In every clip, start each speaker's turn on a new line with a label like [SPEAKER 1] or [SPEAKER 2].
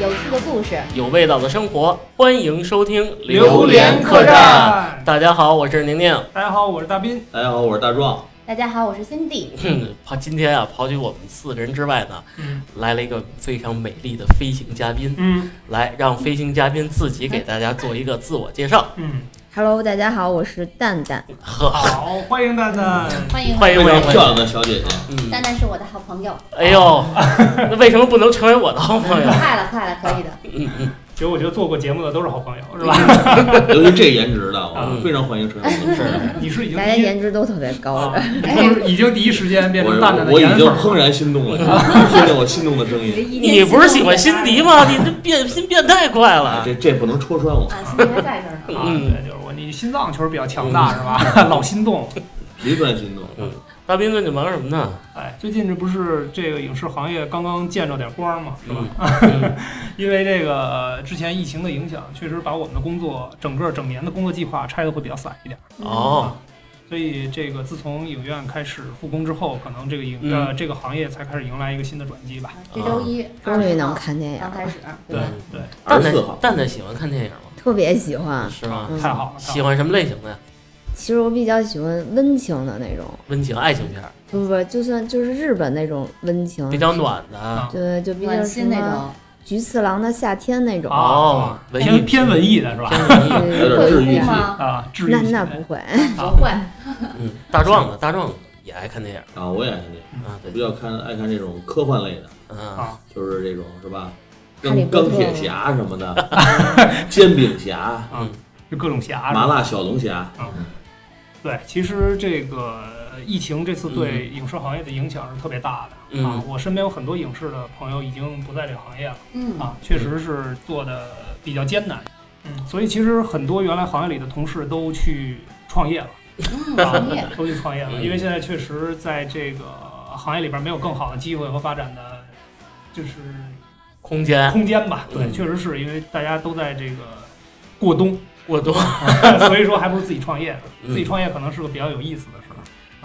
[SPEAKER 1] 有趣的故事。
[SPEAKER 2] 有味道的生活，欢迎收听
[SPEAKER 3] 榴莲客
[SPEAKER 2] 栈。
[SPEAKER 3] 栈。
[SPEAKER 2] 大家好，我是宁宁。
[SPEAKER 3] 大家好，我是大斌。
[SPEAKER 4] 大家好，我是大壮。
[SPEAKER 1] 大家好，我是 Cindy。
[SPEAKER 2] 哼，抛今天啊，刨去我们四个人之外呢，
[SPEAKER 3] 嗯
[SPEAKER 2] 来了一个非常美丽的飞行嘉宾。
[SPEAKER 3] 嗯
[SPEAKER 2] 来，让飞行嘉宾自己给大家做一个自我介绍。
[SPEAKER 3] 嗯，
[SPEAKER 1] Hello，大家好，我是蛋蛋。
[SPEAKER 2] 呵，
[SPEAKER 3] 好，欢迎蛋蛋。
[SPEAKER 1] 欢迎
[SPEAKER 2] 欢迎
[SPEAKER 4] 非常
[SPEAKER 2] 欢迎。
[SPEAKER 4] 漂亮的小姐姐，
[SPEAKER 2] 嗯，
[SPEAKER 1] 蛋蛋是我的好朋友。
[SPEAKER 2] 哎呦，那为什么不能成为我的好朋友？
[SPEAKER 1] 快了，快了，可以的。
[SPEAKER 2] 嗯嗯，
[SPEAKER 3] 其实我觉得做过节目的都是好朋友，是吧？
[SPEAKER 4] 由于这颜值的，我
[SPEAKER 2] 嗯
[SPEAKER 4] 非常欢迎陈小姐。
[SPEAKER 2] 是
[SPEAKER 3] 你是已经
[SPEAKER 5] 大家
[SPEAKER 3] 第一
[SPEAKER 5] 颜值都特别高
[SPEAKER 3] 啊
[SPEAKER 5] 的，，
[SPEAKER 3] 你就是已经第一时间变
[SPEAKER 4] 我
[SPEAKER 3] 成蛋蛋的
[SPEAKER 4] 我
[SPEAKER 3] 颜
[SPEAKER 4] 已经
[SPEAKER 3] 粉了。
[SPEAKER 4] 怦然心动了，听见我心动的声音，
[SPEAKER 2] 你不是喜欢辛迪吗？你这变心变太快了。
[SPEAKER 4] 啊这这不能戳穿我，
[SPEAKER 1] 啊，辛迪还在这儿呢。
[SPEAKER 3] 啊，
[SPEAKER 2] 嗯
[SPEAKER 3] 对，就是我，你心脏确实比较强大，是吧？老心动。
[SPEAKER 4] 别算心动。
[SPEAKER 2] 大斌最近忙什么呢？
[SPEAKER 3] 哎，最近这不是这个影视行业刚刚见着点光嘛，是吧？
[SPEAKER 2] 嗯
[SPEAKER 3] 因为这个呃之前疫情的影响，确实把我们的工作整个整年的工作计划拆的会比较散一点。
[SPEAKER 1] 嗯啊
[SPEAKER 2] 哦，
[SPEAKER 3] 所以这个自从影院开始复工之后，可能这个影、
[SPEAKER 2] 嗯
[SPEAKER 3] 呃这个行业才开始迎来一个新的转机吧。
[SPEAKER 1] 这周一
[SPEAKER 5] 哦终于能
[SPEAKER 1] 20号
[SPEAKER 5] 看电影
[SPEAKER 1] 刚开
[SPEAKER 5] 了，
[SPEAKER 1] 始，
[SPEAKER 3] 对
[SPEAKER 1] 吧？
[SPEAKER 3] 对，
[SPEAKER 2] 蛋蛋
[SPEAKER 4] 24号
[SPEAKER 2] 蛋蛋喜欢看电影吗？
[SPEAKER 5] 特别喜欢。
[SPEAKER 2] 是吗？
[SPEAKER 5] 嗯
[SPEAKER 3] 太好了，太
[SPEAKER 2] 喜
[SPEAKER 3] 好
[SPEAKER 2] 欢
[SPEAKER 3] 了。
[SPEAKER 2] 什么类型的呀？
[SPEAKER 5] 其实我比较喜欢温情的那种，
[SPEAKER 2] 温情爱情片儿，
[SPEAKER 5] 不不不，就算就是日本那种温情
[SPEAKER 2] 比，较暖的啊。
[SPEAKER 3] 啊
[SPEAKER 5] 对，就比较
[SPEAKER 1] 暖
[SPEAKER 5] 什
[SPEAKER 1] 心那
[SPEAKER 5] 么
[SPEAKER 1] 种，
[SPEAKER 5] 菊次郎的夏天那种，
[SPEAKER 3] 啊
[SPEAKER 2] 哦，文艺嗯
[SPEAKER 3] 偏偏文艺啊的是吧？
[SPEAKER 2] 偏文艺。
[SPEAKER 5] 对
[SPEAKER 4] 有点
[SPEAKER 1] 会
[SPEAKER 4] 治愈
[SPEAKER 1] 哭
[SPEAKER 4] 系
[SPEAKER 1] 吗？
[SPEAKER 3] 啊，治愈
[SPEAKER 5] 那
[SPEAKER 3] 系
[SPEAKER 5] 那
[SPEAKER 3] 的
[SPEAKER 5] 不会，
[SPEAKER 1] 不会，
[SPEAKER 2] 嗯，大壮呢？大壮也爱看电影
[SPEAKER 4] 啊！我也爱看这个，
[SPEAKER 2] 啊，
[SPEAKER 4] 我
[SPEAKER 2] 对
[SPEAKER 4] 比，较看爱看这种科幻类的，
[SPEAKER 3] 啊
[SPEAKER 2] 嗯，
[SPEAKER 4] 就是这种是吧？
[SPEAKER 5] 哈利
[SPEAKER 4] 钢
[SPEAKER 5] 波特
[SPEAKER 4] 钢铁侠什么的，煎饼侠、
[SPEAKER 3] 就各种侠是吧
[SPEAKER 4] 麻辣小龙侠，
[SPEAKER 3] 对，其实这个呃疫情这次对影视行业的影响是特别大的、
[SPEAKER 2] 嗯
[SPEAKER 3] 啊！我身边有很多影视的朋友已经不在这个行业了
[SPEAKER 1] 嗯，
[SPEAKER 3] 啊，确实是做的比较艰难。嗯，所以其实很多原来行业里的同事都去创业了，
[SPEAKER 1] 嗯，
[SPEAKER 3] 啊
[SPEAKER 1] 行 业，
[SPEAKER 3] 都去创业了，
[SPEAKER 2] 嗯
[SPEAKER 3] 因为现在确实在这个行业里边没有更好的机会和发展的，就是
[SPEAKER 2] 空间
[SPEAKER 3] 空间吧。对，
[SPEAKER 2] 嗯
[SPEAKER 3] 确实是因为大家都在这个过 冬，
[SPEAKER 2] 过多，
[SPEAKER 3] 所以说还不如自己创业，
[SPEAKER 2] 嗯
[SPEAKER 3] 自己创业可能是个比较有意思的事儿。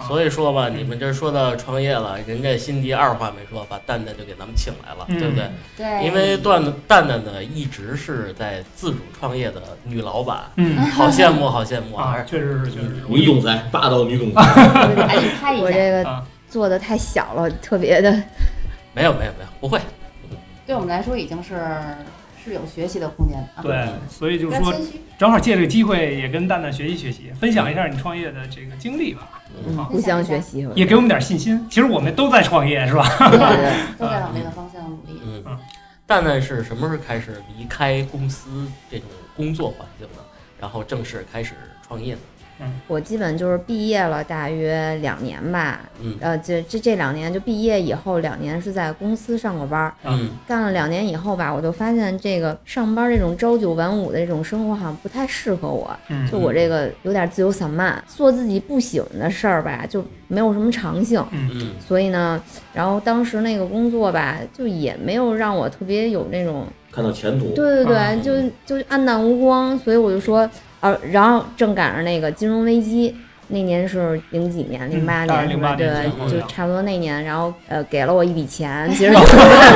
[SPEAKER 2] 所以说吧，你们这说到创业了，人家辛迪二话没说，把蛋蛋就给咱们请来了，
[SPEAKER 3] 嗯
[SPEAKER 2] 对不对？
[SPEAKER 1] 对，
[SPEAKER 2] 因为段子蛋蛋呢，一直是在自主创业的女老板，
[SPEAKER 3] 嗯
[SPEAKER 2] 好羡慕，好羡慕
[SPEAKER 3] 啊，
[SPEAKER 2] 啊！
[SPEAKER 3] 确实是，确实是。
[SPEAKER 4] 女总裁，霸道女总裁，
[SPEAKER 1] 哎，你拍一
[SPEAKER 5] 我
[SPEAKER 1] 下，
[SPEAKER 5] 这个
[SPEAKER 3] 啊
[SPEAKER 5] 做的太小了，特别的
[SPEAKER 2] 没有没有没有，不会，
[SPEAKER 1] 对我们来说已经是是有学习的空间的啊。
[SPEAKER 3] 对，
[SPEAKER 2] 嗯
[SPEAKER 3] 所以就是
[SPEAKER 1] 不要
[SPEAKER 3] 说，
[SPEAKER 1] 谦虚，
[SPEAKER 3] 正好借这个机会也跟蛋蛋学习学习，分享一下你创业的这个经历吧，
[SPEAKER 5] 嗯互相学习吧。
[SPEAKER 3] 也给我们点信心。其实我们都在创业，是吧？
[SPEAKER 5] 对对
[SPEAKER 1] 都在往这个方向努力。
[SPEAKER 2] 嗯
[SPEAKER 3] 嗯。
[SPEAKER 2] 蛋蛋是什么时候开始离开公司这种工作环境的，然后正式开始创业的？
[SPEAKER 5] 我基本就是毕业了大约两年吧，
[SPEAKER 2] 嗯
[SPEAKER 5] 呃，这这这两年就毕业以后两年是在公司上过班儿，
[SPEAKER 3] 啊
[SPEAKER 2] 嗯
[SPEAKER 5] 干了两年以后吧，我就发现这个上班这种朝九晚五的这种生活好像不太适合我，
[SPEAKER 3] 嗯
[SPEAKER 5] 就我这个有点自由散漫，做自己不喜欢的事儿吧，就没有什么长性。
[SPEAKER 2] 嗯
[SPEAKER 5] 所以呢，然后当时那个工作吧，就也没有让我特别有那种，
[SPEAKER 4] 看到前途，
[SPEAKER 5] 对对
[SPEAKER 3] 啊
[SPEAKER 2] 嗯
[SPEAKER 5] 对，就就暗淡无光。所以我就说，呃，然后正赶上那个金融危机，那年是零几年，零八
[SPEAKER 3] 嗯大概
[SPEAKER 5] 年是吧？
[SPEAKER 3] 08年
[SPEAKER 5] 对
[SPEAKER 3] 前后，
[SPEAKER 5] 就
[SPEAKER 3] 呀
[SPEAKER 5] 差不多那年，然后呃给了我一笔钱， 其实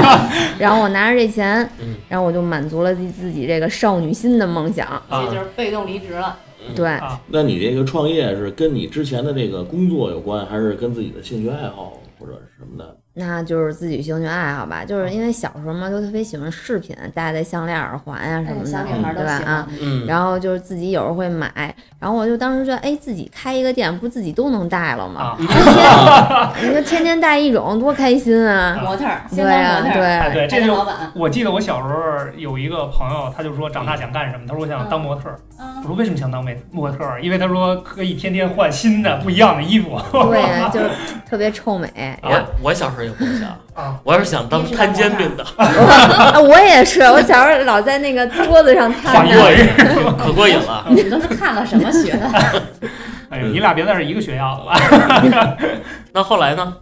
[SPEAKER 5] 然后我拿着这钱，
[SPEAKER 2] 嗯
[SPEAKER 5] 然后我就满足了自自己这个少女心的梦想。
[SPEAKER 1] 这就是被动离职了，
[SPEAKER 2] 嗯
[SPEAKER 5] 对，
[SPEAKER 3] 啊，
[SPEAKER 4] 那你这个创业是跟你之前的这个工作有关，还是跟自己的兴趣爱好或者什么的？
[SPEAKER 5] 那就是自己兴趣爱好吧。
[SPEAKER 3] 啊
[SPEAKER 5] 就是因为小时候嘛，都特别喜欢饰品，戴的项链、耳环呀、什么
[SPEAKER 1] 哎
[SPEAKER 5] 的，
[SPEAKER 1] 小女孩都
[SPEAKER 5] 对吧？
[SPEAKER 1] 喜欢
[SPEAKER 5] 啊。
[SPEAKER 1] 你。
[SPEAKER 2] 嗯，
[SPEAKER 5] 然后就是自己有时候会买，然后我就当时觉得，哎，自己开一个店，不自己都能戴了吗？
[SPEAKER 3] 啊
[SPEAKER 5] 你说天天戴一种，多开心啊！
[SPEAKER 1] 模特儿，
[SPEAKER 5] 对
[SPEAKER 1] 先当模
[SPEAKER 5] 呀、
[SPEAKER 1] 特儿，
[SPEAKER 3] 哎
[SPEAKER 5] 对，啊
[SPEAKER 3] 对，
[SPEAKER 1] 还
[SPEAKER 3] 这
[SPEAKER 1] 是
[SPEAKER 3] 就
[SPEAKER 1] 老
[SPEAKER 3] 是
[SPEAKER 1] 板。
[SPEAKER 3] 我记得我小时候有一个朋友，他就说长大想干什么？他说我想当模特儿。我
[SPEAKER 1] 嗯，
[SPEAKER 3] 说为什么想当模模特儿？因为他说可以天天换新的不一样的衣服。
[SPEAKER 5] 对呀、就是特别臭美。
[SPEAKER 2] 我我小时候也不想
[SPEAKER 3] 啊，
[SPEAKER 2] 我要是想当摊煎饼的，
[SPEAKER 5] 啊，我也是，我小时候老在那个桌子上
[SPEAKER 3] 画
[SPEAKER 5] 摊
[SPEAKER 3] 衣
[SPEAKER 5] 着。
[SPEAKER 3] 服。
[SPEAKER 2] 可过瘾 了。
[SPEAKER 1] 你们都是看了什么学的？
[SPEAKER 3] 哎呦，你俩别在这一个学校了吧？
[SPEAKER 2] 那后来呢？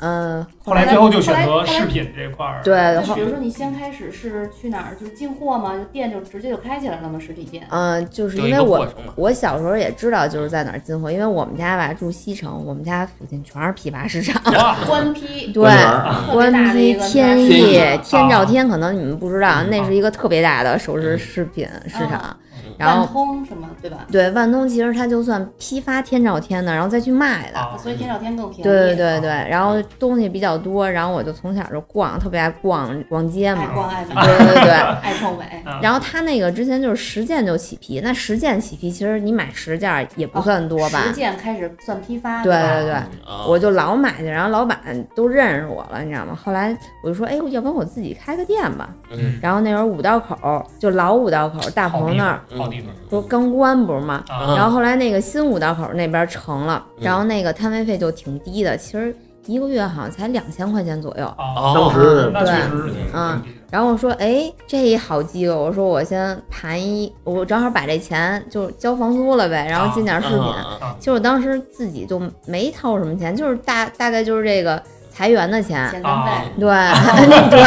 [SPEAKER 5] 嗯，
[SPEAKER 3] 后来最后就选择饰品这块儿。
[SPEAKER 5] 对，
[SPEAKER 1] 就
[SPEAKER 5] 后
[SPEAKER 1] 比如说你先开始是去哪儿，就是进货吗？就店就直接就开起来了吗？实体店？
[SPEAKER 5] 嗯、就是
[SPEAKER 2] 有
[SPEAKER 5] 因
[SPEAKER 2] 一
[SPEAKER 5] 为
[SPEAKER 2] 个
[SPEAKER 5] 我
[SPEAKER 2] 过程嘛。
[SPEAKER 5] 我小时候也知道就是在哪儿进货，因为我们家吧住西城，我们家附近全是批发市场。
[SPEAKER 3] 哇，
[SPEAKER 1] 官批，
[SPEAKER 5] 对，
[SPEAKER 4] 关门儿啊
[SPEAKER 1] 特别
[SPEAKER 5] 关
[SPEAKER 1] 大的
[SPEAKER 5] 西
[SPEAKER 1] 一个
[SPEAKER 5] 天
[SPEAKER 1] 大
[SPEAKER 5] 意
[SPEAKER 1] 市
[SPEAKER 4] 天
[SPEAKER 1] 场
[SPEAKER 5] 天照天，可能你们不知道，
[SPEAKER 3] 嗯
[SPEAKER 5] 那是一个特别大的首饰饰品市场
[SPEAKER 2] 嗯。
[SPEAKER 5] 然
[SPEAKER 1] 万
[SPEAKER 5] 后
[SPEAKER 1] 通什么，对吧？
[SPEAKER 5] 对万通，其实它就算批发天照天的，然后再去卖的。
[SPEAKER 3] 啊
[SPEAKER 1] 所以天照天更便宜。啊
[SPEAKER 5] 对对对对，然后东西比较多，然后我就从小就逛，特别爱逛逛街
[SPEAKER 1] 爱
[SPEAKER 5] 嘛。
[SPEAKER 1] 逛爱买，
[SPEAKER 5] 对对对。
[SPEAKER 1] 爱臭美。
[SPEAKER 5] 然后他那个之前就是十件就起批，那十件起批，其实你买十件也不算多吧？
[SPEAKER 1] 哦十件开始算批发，
[SPEAKER 5] 对
[SPEAKER 1] 吧
[SPEAKER 5] 对对，
[SPEAKER 2] 啊，
[SPEAKER 5] 我就老买去，然后老板都认识我了，你知道吗？后来我就说，哎，要不然我自己开个店吧。
[SPEAKER 2] 嗯，
[SPEAKER 5] 然后那会儿五道口就老五道口大
[SPEAKER 3] 好
[SPEAKER 5] 棚
[SPEAKER 3] 地
[SPEAKER 5] 那儿
[SPEAKER 3] 方，好
[SPEAKER 4] 嗯
[SPEAKER 3] 地方
[SPEAKER 5] 不是刚关不是吗？
[SPEAKER 3] 啊，
[SPEAKER 1] 嗯
[SPEAKER 5] 然后后来那个新五道口那边成了，
[SPEAKER 2] 嗯
[SPEAKER 5] 然后那个摊位费就挺低的，其实一个月好像才两千块钱左右。
[SPEAKER 3] 啊，
[SPEAKER 2] 哦
[SPEAKER 4] 当时
[SPEAKER 3] 那确实是挺
[SPEAKER 5] 嗯
[SPEAKER 3] 挺
[SPEAKER 5] 然后我说，哎，这一好机会，我说我先盘一，我正好把这钱就交房租了呗，然后进点饰品。
[SPEAKER 2] 啊
[SPEAKER 5] 其实我当时自己就没掏什么钱，就是大大概就是这个裁员的钱，
[SPEAKER 1] 前三
[SPEAKER 3] 啊
[SPEAKER 1] 倍。
[SPEAKER 5] 对对，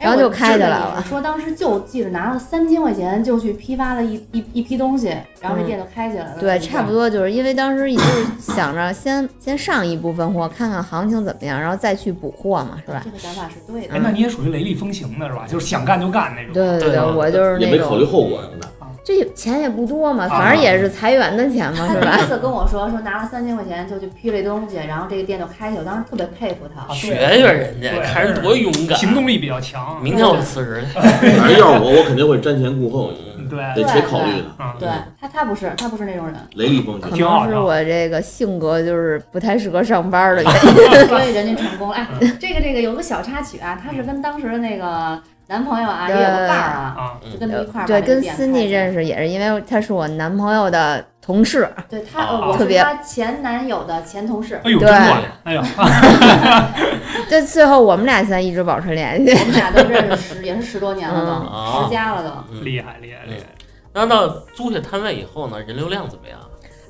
[SPEAKER 5] 然后就开起来
[SPEAKER 1] 了。
[SPEAKER 5] 了
[SPEAKER 1] 哎我记
[SPEAKER 5] 啊
[SPEAKER 1] 得你说当时就记着拿了三千块钱就去批发了一一一批东西，然后这店就开起来了。
[SPEAKER 5] 嗯对，
[SPEAKER 1] 是
[SPEAKER 5] 差不多就是因为当时也就是想着先先上一部分货，看看行情怎么样，然后再去补货嘛，是
[SPEAKER 1] 这样。
[SPEAKER 5] 吧
[SPEAKER 1] 这？个想法是对的
[SPEAKER 3] 哎，。那你也属于雷厉风行的是吧？就是想干就干那种。
[SPEAKER 5] 对对
[SPEAKER 2] 对啊
[SPEAKER 5] 我就是
[SPEAKER 4] 也
[SPEAKER 5] 那
[SPEAKER 4] 没考虑
[SPEAKER 5] 种，
[SPEAKER 4] 后果什么的。
[SPEAKER 5] 这钱也不多嘛，
[SPEAKER 3] 啊
[SPEAKER 5] 反正也是裁员的钱 嘛，
[SPEAKER 1] 他
[SPEAKER 5] 是
[SPEAKER 1] 第一
[SPEAKER 5] 吧？
[SPEAKER 1] 次跟我说说拿了三千块钱就去批这东西，然后这个店就开起来，我当时特别佩服他
[SPEAKER 3] 啊。
[SPEAKER 2] 学学人家，
[SPEAKER 3] 对
[SPEAKER 2] 看人多勇敢，啊
[SPEAKER 3] 行动力比较强。
[SPEAKER 2] 明天我就辞职去。
[SPEAKER 4] 反正要是我，我肯定会瞻前顾后，
[SPEAKER 3] 对，
[SPEAKER 4] 得且考虑的，
[SPEAKER 3] 啊，
[SPEAKER 1] 对他，他不是他不是那种人，
[SPEAKER 4] 雷厉风
[SPEAKER 5] 可
[SPEAKER 4] 行。
[SPEAKER 3] 挺好
[SPEAKER 5] 能
[SPEAKER 3] 的
[SPEAKER 5] 是我这个性格就是不太适合上班的原因。
[SPEAKER 3] 嗯
[SPEAKER 1] 所以人家成功了。哎，这个这个有个小插曲啊，她是跟当时的那个男朋友啊也有个伴儿啊，
[SPEAKER 3] 啊，
[SPEAKER 1] 就跟他一块儿
[SPEAKER 5] 嗯对，跟
[SPEAKER 1] 思
[SPEAKER 5] Cindy 认
[SPEAKER 1] 识。
[SPEAKER 5] 识也是因为他是我男朋友的同事，
[SPEAKER 1] 对他，
[SPEAKER 2] 啊
[SPEAKER 1] 呃我
[SPEAKER 5] 特
[SPEAKER 1] 是
[SPEAKER 5] 别
[SPEAKER 1] 他前男友的前同 事。
[SPEAKER 3] 哎呦，
[SPEAKER 5] 对
[SPEAKER 3] 真乱，哎呦，
[SPEAKER 5] 这最后我们俩现在一直保持联系。
[SPEAKER 1] 我们俩都认识十，也是十多年
[SPEAKER 5] 嗯
[SPEAKER 1] 了都，
[SPEAKER 2] 啊
[SPEAKER 1] 十，佳了都。
[SPEAKER 2] 嗯
[SPEAKER 3] 厉害厉害厉害！
[SPEAKER 2] 那到租下摊位以后呢，人流量怎么样？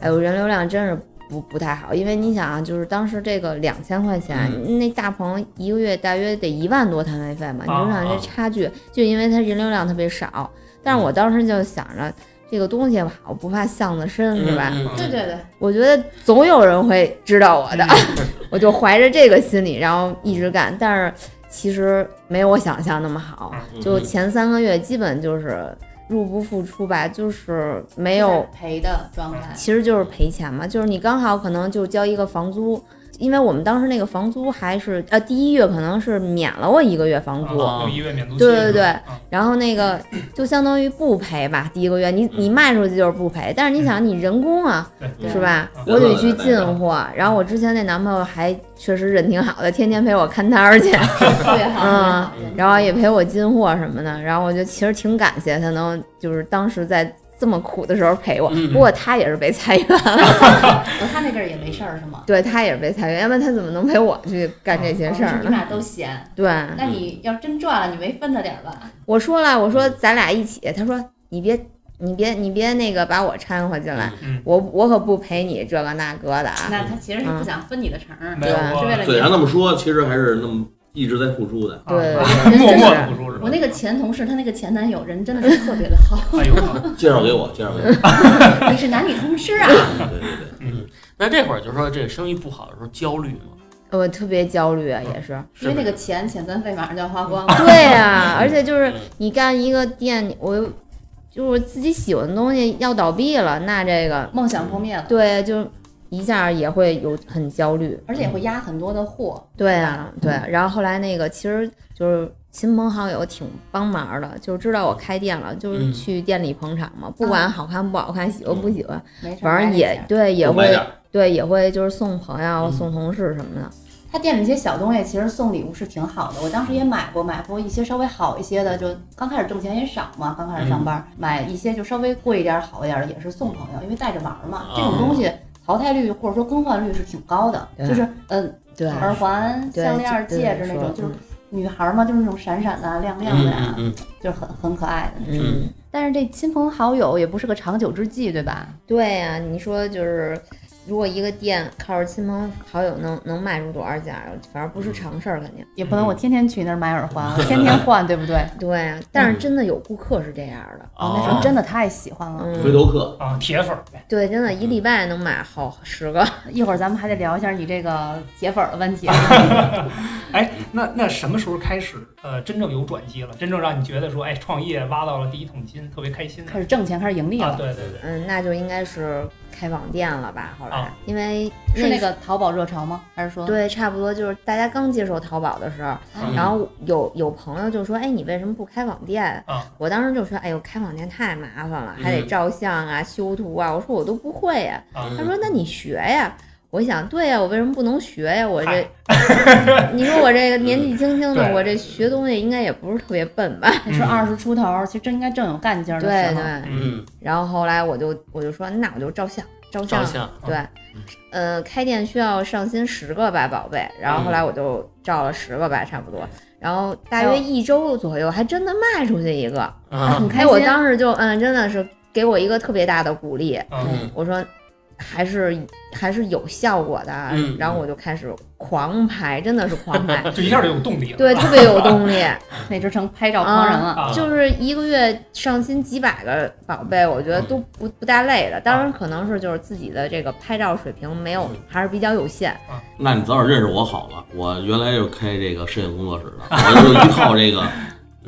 [SPEAKER 5] 哎呦，人流量真是不不太好，因为你想啊，就是当时这个两千块钱，那大棚一个月大约得一万多摊位费嘛，你
[SPEAKER 3] 哦
[SPEAKER 5] 就想这
[SPEAKER 2] 啊
[SPEAKER 5] 差距，就因为它人流量特别少。但是我当时就想着，这个东西吧，我不怕巷子深，是吧？
[SPEAKER 2] 嗯嗯
[SPEAKER 1] 对对对，
[SPEAKER 5] 我觉得总有人会知道我的，我就怀着这个心理，然后一直干。但是其实没有我想象那么好，
[SPEAKER 2] 嗯
[SPEAKER 5] 就前三个月基本就是入不敷出吧，就是没有
[SPEAKER 1] 赔的状 态。
[SPEAKER 5] 其实就是赔钱嘛，就是你刚好可能就交一个房租，因为我们当时那个房租还是呃第一月可能是免了我一个月房租，
[SPEAKER 2] 啊
[SPEAKER 3] 有一位免租期，
[SPEAKER 5] 嗯对对对
[SPEAKER 3] 啊
[SPEAKER 5] 然后那个就相当于不赔吧，第一个月你你卖出去就是不赔，但是你想你人工啊，
[SPEAKER 1] 对
[SPEAKER 5] 是吧？
[SPEAKER 3] 嗯
[SPEAKER 5] 我得去进货，然后我之前那男朋友还确实人挺好的，天天陪我看摊儿去，
[SPEAKER 1] 特别好，
[SPEAKER 5] 嗯
[SPEAKER 1] 特别好
[SPEAKER 5] 然后也陪我进货什么的，然后我就其实挺感谢他能就是当时在这么苦的时候 陪我，
[SPEAKER 2] 嗯
[SPEAKER 5] 不过他也是被裁员。
[SPEAKER 1] 哦他那阵儿也没事儿是吗？
[SPEAKER 5] 对他也是被裁员，要不然他怎么能陪我去干这些事
[SPEAKER 1] 哦
[SPEAKER 5] 儿
[SPEAKER 1] 是你
[SPEAKER 5] 呢？
[SPEAKER 1] 们俩都闲，
[SPEAKER 5] 对，嗯
[SPEAKER 1] 那你要真赚了，你没分他点儿吧？
[SPEAKER 5] 我说了，我说咱俩一起，他说你别你别你别那个把我掺和进来，
[SPEAKER 3] 嗯
[SPEAKER 5] 我我可不陪你这个那个的啊。
[SPEAKER 1] 那他其实是不想分你的成儿，
[SPEAKER 3] 没有
[SPEAKER 5] 对
[SPEAKER 1] 是为了
[SPEAKER 3] 我，
[SPEAKER 1] 你
[SPEAKER 4] 嘴上那么说，其实还是那么一直在付出 的。
[SPEAKER 5] 对
[SPEAKER 3] 啊
[SPEAKER 5] 对对
[SPEAKER 3] 默默
[SPEAKER 5] 真
[SPEAKER 3] 的
[SPEAKER 5] 是
[SPEAKER 3] 付出是吧？
[SPEAKER 1] 我那个前同事，她那个前男友人真的是特别的好，
[SPEAKER 3] 哎呦，
[SPEAKER 4] 介绍给我，介 绍给我。
[SPEAKER 1] 你是男女通吃啊？
[SPEAKER 4] 对对对，
[SPEAKER 2] 嗯，那这会儿就说这生意不好的时候焦虑吗？
[SPEAKER 5] 我特别焦虑啊，也是。
[SPEAKER 1] 因为那个钱遣散费马上就要花光了，
[SPEAKER 5] 对呀、而且就是
[SPEAKER 2] 嗯
[SPEAKER 5] 你干一个店，我又就是我自己喜欢的东西要倒闭了，那这个
[SPEAKER 1] 梦想破灭了，
[SPEAKER 5] 对就一下也会有很焦虑。
[SPEAKER 1] 而且也会压很多的货。
[SPEAKER 5] 对啊，对。然后后来那个其实就是亲朋好友挺帮忙的，就是知道我开店了，就是
[SPEAKER 2] 嗯
[SPEAKER 5] 去店里捧场嘛，不
[SPEAKER 1] 啊
[SPEAKER 5] 管好看不好看，喜欢不喜欢，
[SPEAKER 1] 没嗯事儿，
[SPEAKER 5] 反正
[SPEAKER 1] 买
[SPEAKER 5] 也
[SPEAKER 1] 点儿
[SPEAKER 5] 对也
[SPEAKER 4] 多买
[SPEAKER 5] 会
[SPEAKER 4] 点儿
[SPEAKER 5] 对也会就是送朋友、
[SPEAKER 2] 嗯
[SPEAKER 5] 送同事什么的。
[SPEAKER 1] 他店里一些小东西，其实送礼物是挺好的。我当时也买过，买过一些稍微好一些的，就刚开始挣钱也少嘛，刚开始上班，买一些就稍微贵一点、好一点的，也是送朋友，因为带着玩儿嘛。
[SPEAKER 2] 啊
[SPEAKER 1] 这种东西淘汰率或者说更换率是挺高的，
[SPEAKER 5] 对
[SPEAKER 1] 就是嗯，
[SPEAKER 5] 对
[SPEAKER 1] 耳环、
[SPEAKER 5] 对
[SPEAKER 1] 项链儿、
[SPEAKER 5] 就
[SPEAKER 1] 戒指那种，
[SPEAKER 5] 对
[SPEAKER 1] 就是女孩儿嘛，就是那种闪闪的啊、亮亮的呀、
[SPEAKER 2] 嗯嗯
[SPEAKER 1] 就是很很可爱的。
[SPEAKER 5] 嗯，
[SPEAKER 1] 但是这亲朋好友也不是个长久之计，对吧？
[SPEAKER 5] 啊对呀、你说就是如果一个店靠着亲朋好友能能卖出多少家啊，反正不是常事儿，肯定。
[SPEAKER 1] 也不能我天天去那儿买耳环，我天天换，对不对？
[SPEAKER 5] 对啊，但是真的有顾客是这样的，
[SPEAKER 2] 嗯
[SPEAKER 1] 哦，那时候真的太喜欢了。
[SPEAKER 4] 回
[SPEAKER 5] 嗯，
[SPEAKER 4] 头客，
[SPEAKER 3] 啊，铁粉儿呗，
[SPEAKER 5] 对，真的，一礼拜能买好十个。
[SPEAKER 1] 一会儿咱们还得聊一下你这个铁粉儿的问题。啊
[SPEAKER 3] 哎，那那什么时候开始呃真正有转机了？真正让你觉得说，哎，创业挖到了第一桶金，特别开心
[SPEAKER 1] 开始挣钱，开始盈利
[SPEAKER 3] 啊！
[SPEAKER 1] 了，
[SPEAKER 3] 对对对，
[SPEAKER 5] 嗯，那就应该是开网店了吧？后来，
[SPEAKER 3] 啊
[SPEAKER 5] 因为
[SPEAKER 1] 是那
[SPEAKER 5] 时
[SPEAKER 1] 个淘宝热潮吗？还是说
[SPEAKER 5] 对，差不多就是大家刚接受淘宝的时候，
[SPEAKER 3] 嗯
[SPEAKER 5] 然后有有朋友就说：“哎，你为什么不开网店
[SPEAKER 3] 啊？”
[SPEAKER 5] 我当时就说：“哎呦，开网店太麻烦了，还得
[SPEAKER 2] 嗯
[SPEAKER 5] 照相啊、修图啊。”我说：“我都不会呀。”
[SPEAKER 3] 啊
[SPEAKER 5] 他说：“那你学呀。”我一想，对呀，我为什么不能学呀？我这，你说我这个年纪轻轻的，
[SPEAKER 3] 对
[SPEAKER 5] 我这学东西应该也不是特别笨吧？
[SPEAKER 1] 那是
[SPEAKER 3] 嗯
[SPEAKER 1] 二十出头儿，其实真应该正有干劲儿
[SPEAKER 5] 对
[SPEAKER 1] 的时候。
[SPEAKER 5] 对。
[SPEAKER 2] 嗯，
[SPEAKER 5] 然后后来我就我就说，那我就照相，照
[SPEAKER 2] 照
[SPEAKER 5] 相，
[SPEAKER 2] 相，
[SPEAKER 5] 对，呃，开店需要上新十个吧，宝贝。然后后来我就照了十个吧，差不多。然后大约一周左右，还真的卖出去一个。
[SPEAKER 1] 啊
[SPEAKER 2] 啊，
[SPEAKER 1] 很
[SPEAKER 5] 哎，
[SPEAKER 1] 开心。
[SPEAKER 5] 我当时就嗯，真的是给我一个特别大的鼓励。
[SPEAKER 3] 啊
[SPEAKER 2] 嗯
[SPEAKER 5] 我说还是还是有效果的。
[SPEAKER 2] 嗯
[SPEAKER 5] 然后我就开始狂拍，真的是 狂拍
[SPEAKER 3] 嗯，就一下就有动力了。
[SPEAKER 5] 对，特别有动力。
[SPEAKER 1] 那支成拍照狂人了，
[SPEAKER 3] 啊，
[SPEAKER 5] 就是一个月上新几百个宝贝，我觉得都不不大累的。当然，可能是就是自己的这个拍照水平没有，还是比较有限。
[SPEAKER 4] 那你早点认识我好了。我原来就开这个摄影工作室的，我有一套这个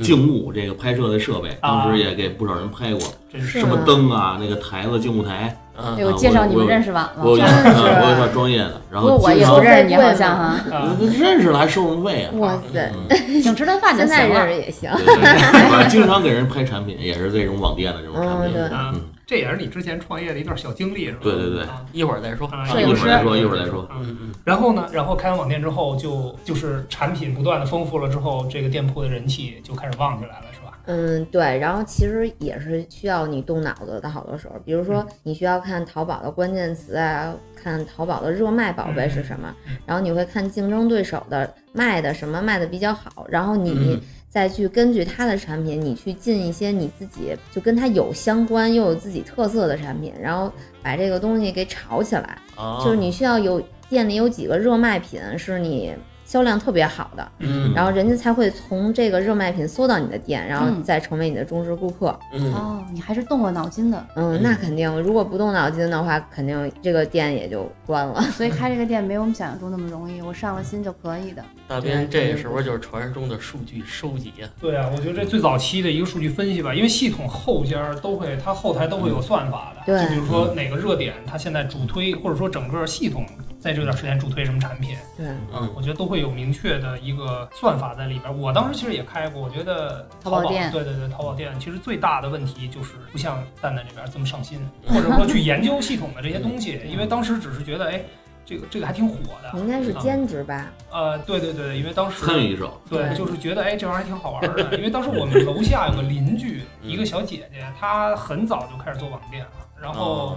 [SPEAKER 4] 静物这个拍摄的设备，当时也给不少人拍过，
[SPEAKER 3] 真是
[SPEAKER 5] 是
[SPEAKER 4] 什么
[SPEAKER 5] 吗
[SPEAKER 4] 灯啊，那个台子、静物台，
[SPEAKER 2] 嗯
[SPEAKER 1] 哎 对我介绍你们认识晚
[SPEAKER 4] 我有
[SPEAKER 1] 了。
[SPEAKER 4] 一套，
[SPEAKER 5] 真哦是
[SPEAKER 4] 嗯我有一套专业的，然
[SPEAKER 1] 不过
[SPEAKER 4] 后
[SPEAKER 1] 我
[SPEAKER 4] 经
[SPEAKER 1] 也
[SPEAKER 4] 常
[SPEAKER 1] 不认识你，好像哈，
[SPEAKER 3] 啊，
[SPEAKER 5] 嗯
[SPEAKER 4] 认识了还收人费啊。
[SPEAKER 5] 哇塞，
[SPEAKER 4] 嗯
[SPEAKER 1] 请吃顿饭就
[SPEAKER 5] 现在
[SPEAKER 1] 行
[SPEAKER 5] 认
[SPEAKER 1] 了。
[SPEAKER 5] 识也行。
[SPEAKER 4] 对对对 我经常给人拍产品，也是这种网店的这种产品。
[SPEAKER 5] 嗯对
[SPEAKER 4] 嗯，
[SPEAKER 3] 啊这也是你之前创业的一段小经历，是吧？
[SPEAKER 4] 对对对
[SPEAKER 3] 啊
[SPEAKER 2] 一会儿再说，
[SPEAKER 3] 啊
[SPEAKER 1] 摄影
[SPEAKER 4] 一会儿再
[SPEAKER 1] 师
[SPEAKER 4] 说，一会儿再说。
[SPEAKER 2] 嗯嗯，
[SPEAKER 3] 然后呢，然后开完网店之后就，就是产品不断的丰富了之后，这个店铺的人气就开始旺起来了，是吧？
[SPEAKER 5] 嗯，对。然后其实也是需要你动脑子的，好多时候，比如
[SPEAKER 3] 嗯
[SPEAKER 5] 说你需要看淘宝的关键词啊，看淘宝的热卖宝贝是什么
[SPEAKER 3] 嗯，
[SPEAKER 5] 然后你会看竞争对手的卖的什么卖的比较好，然后你
[SPEAKER 2] 嗯
[SPEAKER 5] 再去根据它的产品，你去进一些你自己就跟它有相关又有自己特色的产品，然后把这个东西给炒起来。
[SPEAKER 2] 啊，
[SPEAKER 3] 哦
[SPEAKER 5] 就是你需要有店里有几个热卖品是你销量特别好的。
[SPEAKER 2] 嗯，
[SPEAKER 5] 然后人家才会从这个热卖品搜到你的店，然后
[SPEAKER 1] 嗯
[SPEAKER 5] 再成为你的忠实顾客。
[SPEAKER 2] 嗯
[SPEAKER 1] 哦，你还是动了脑筋的，
[SPEAKER 5] 嗯，那肯定，如果不动脑筋的话，肯定这个店也就关了。
[SPEAKER 1] 所以开这个店没有我们想象中那么容易，我上了心就可以的。
[SPEAKER 2] 大
[SPEAKER 5] 对
[SPEAKER 2] 边这
[SPEAKER 5] 对
[SPEAKER 2] 是不是就是传说中的数据收集啊？
[SPEAKER 3] 对啊，我觉得这最早期的一个数据分析吧，因为系统后边儿都会，它后台都会有算法的。
[SPEAKER 5] 对
[SPEAKER 3] 就比如说哪个热点，它现在主推，或者说整个系统在这段时间主推什么产品，
[SPEAKER 5] 对，
[SPEAKER 2] 嗯
[SPEAKER 3] 我觉得都会有明确的一个算法在里边儿。我当时其实也开过，我觉得
[SPEAKER 1] 淘
[SPEAKER 3] 宝
[SPEAKER 1] 宝店
[SPEAKER 3] 对对对，淘宝店其实最大的问题就是不像蛋蛋这边儿这么上心，或者说去研究系统的这些东西，因为当时只是觉得，哎，这个这个还挺火
[SPEAKER 1] 嗯
[SPEAKER 5] 你
[SPEAKER 3] 的。
[SPEAKER 5] 应该是兼职吧？
[SPEAKER 3] 呃，对对对，因为当时
[SPEAKER 4] 参与一手，
[SPEAKER 3] 对，
[SPEAKER 5] 对
[SPEAKER 3] 就是觉得哎，这玩意儿还挺好玩儿 的。因为当时我们楼下有个邻居，
[SPEAKER 2] 嗯
[SPEAKER 3] 一个小姐姐，她很早就开始做网店了，然后
[SPEAKER 2] 啊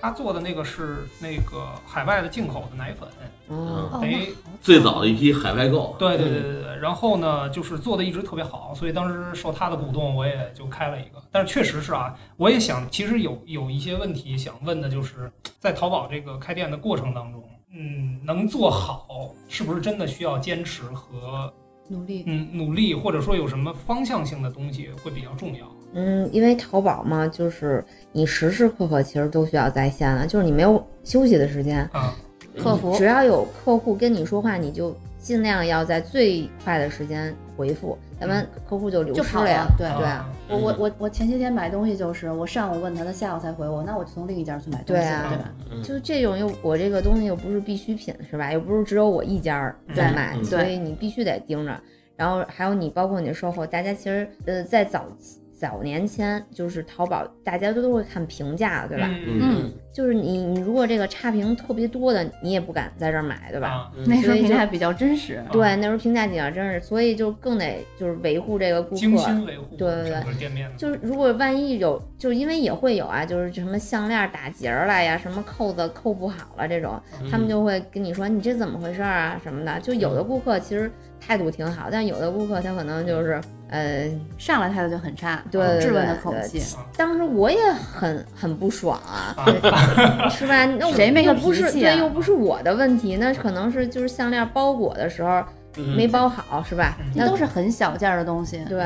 [SPEAKER 3] 她做的那个是那个海外的进口的奶粉，
[SPEAKER 5] 嗯，
[SPEAKER 1] 哦，
[SPEAKER 3] 哎
[SPEAKER 1] 那好
[SPEAKER 4] 最早的一批海外购，
[SPEAKER 3] 对对对对对。然后呢，就是做的一直特别好，所以当时受她的鼓动，我也就开了一个。但是确实是啊，我也想，其实有有一些问题想问的，就是在淘宝这个开店的过程当中。嗯，能做好是不是真的需要坚持和
[SPEAKER 1] 努力，
[SPEAKER 3] 嗯，努力或者说有什么方向性的东西会比较重要。
[SPEAKER 5] 嗯，因为淘宝嘛，就是你时时刻刻其实都需要在线了，就是你没有休息的时间。
[SPEAKER 3] 啊
[SPEAKER 1] 客服
[SPEAKER 5] 只要有客户跟你说话，你就尽量要在最快的时间回复，要不然客户就
[SPEAKER 1] 嗯
[SPEAKER 5] 流
[SPEAKER 1] 就
[SPEAKER 5] 失
[SPEAKER 1] 跑
[SPEAKER 5] 了呀
[SPEAKER 1] 了。。对，
[SPEAKER 5] 对
[SPEAKER 3] 啊
[SPEAKER 1] 我我我我前些天买东西就是，我上午问他，他下午才回我，那我就从另一家去买东西，
[SPEAKER 5] 对啊
[SPEAKER 1] 对吧？
[SPEAKER 2] 嗯
[SPEAKER 5] 就这种又我这个东西又不是必需品是吧？又不是只有我一家儿在卖，
[SPEAKER 4] 嗯
[SPEAKER 5] 所以你必须得盯着。然后还有你包括你的售后，大家其实呃在早早年前就是淘宝，大家都都会看评价的，对吧？
[SPEAKER 3] 嗯，
[SPEAKER 4] 嗯，
[SPEAKER 1] 嗯，
[SPEAKER 5] 就是你你如果这个差评特别多的，你也不敢在这儿买，对吧？
[SPEAKER 3] 啊，
[SPEAKER 2] 嗯
[SPEAKER 1] 那时候
[SPEAKER 5] 所以就
[SPEAKER 1] 评价比较真实。
[SPEAKER 5] 对，那时候评价比较真实，所以就更得就是维护这个顾
[SPEAKER 3] 精
[SPEAKER 5] 客。
[SPEAKER 3] 心维护
[SPEAKER 5] 对对对
[SPEAKER 3] 整个店面的。
[SPEAKER 5] 就是如果万一有，就是因为也会有啊，就是什么项链打结儿了呀，什么扣子扣不好了这种，
[SPEAKER 2] 嗯
[SPEAKER 5] 他们就会跟你说你这怎么回事儿啊什么的。就有的顾客其实态度挺好，但有的顾客他可能就是呃，
[SPEAKER 1] 上来态度就很差，
[SPEAKER 5] 对对对
[SPEAKER 1] 哦质问的口气，
[SPEAKER 5] 当时我也很很不爽啊，
[SPEAKER 3] 啊
[SPEAKER 5] 是吧？那我
[SPEAKER 1] 谁没个
[SPEAKER 5] 又不是
[SPEAKER 1] 脾气啊
[SPEAKER 5] 对，又不是我的问题，那可能是就是项链包裹的时候
[SPEAKER 2] 嗯
[SPEAKER 5] 没包好，是吧
[SPEAKER 3] 嗯？
[SPEAKER 1] 这
[SPEAKER 5] 那
[SPEAKER 1] 都是很小件儿的东西。
[SPEAKER 5] 对，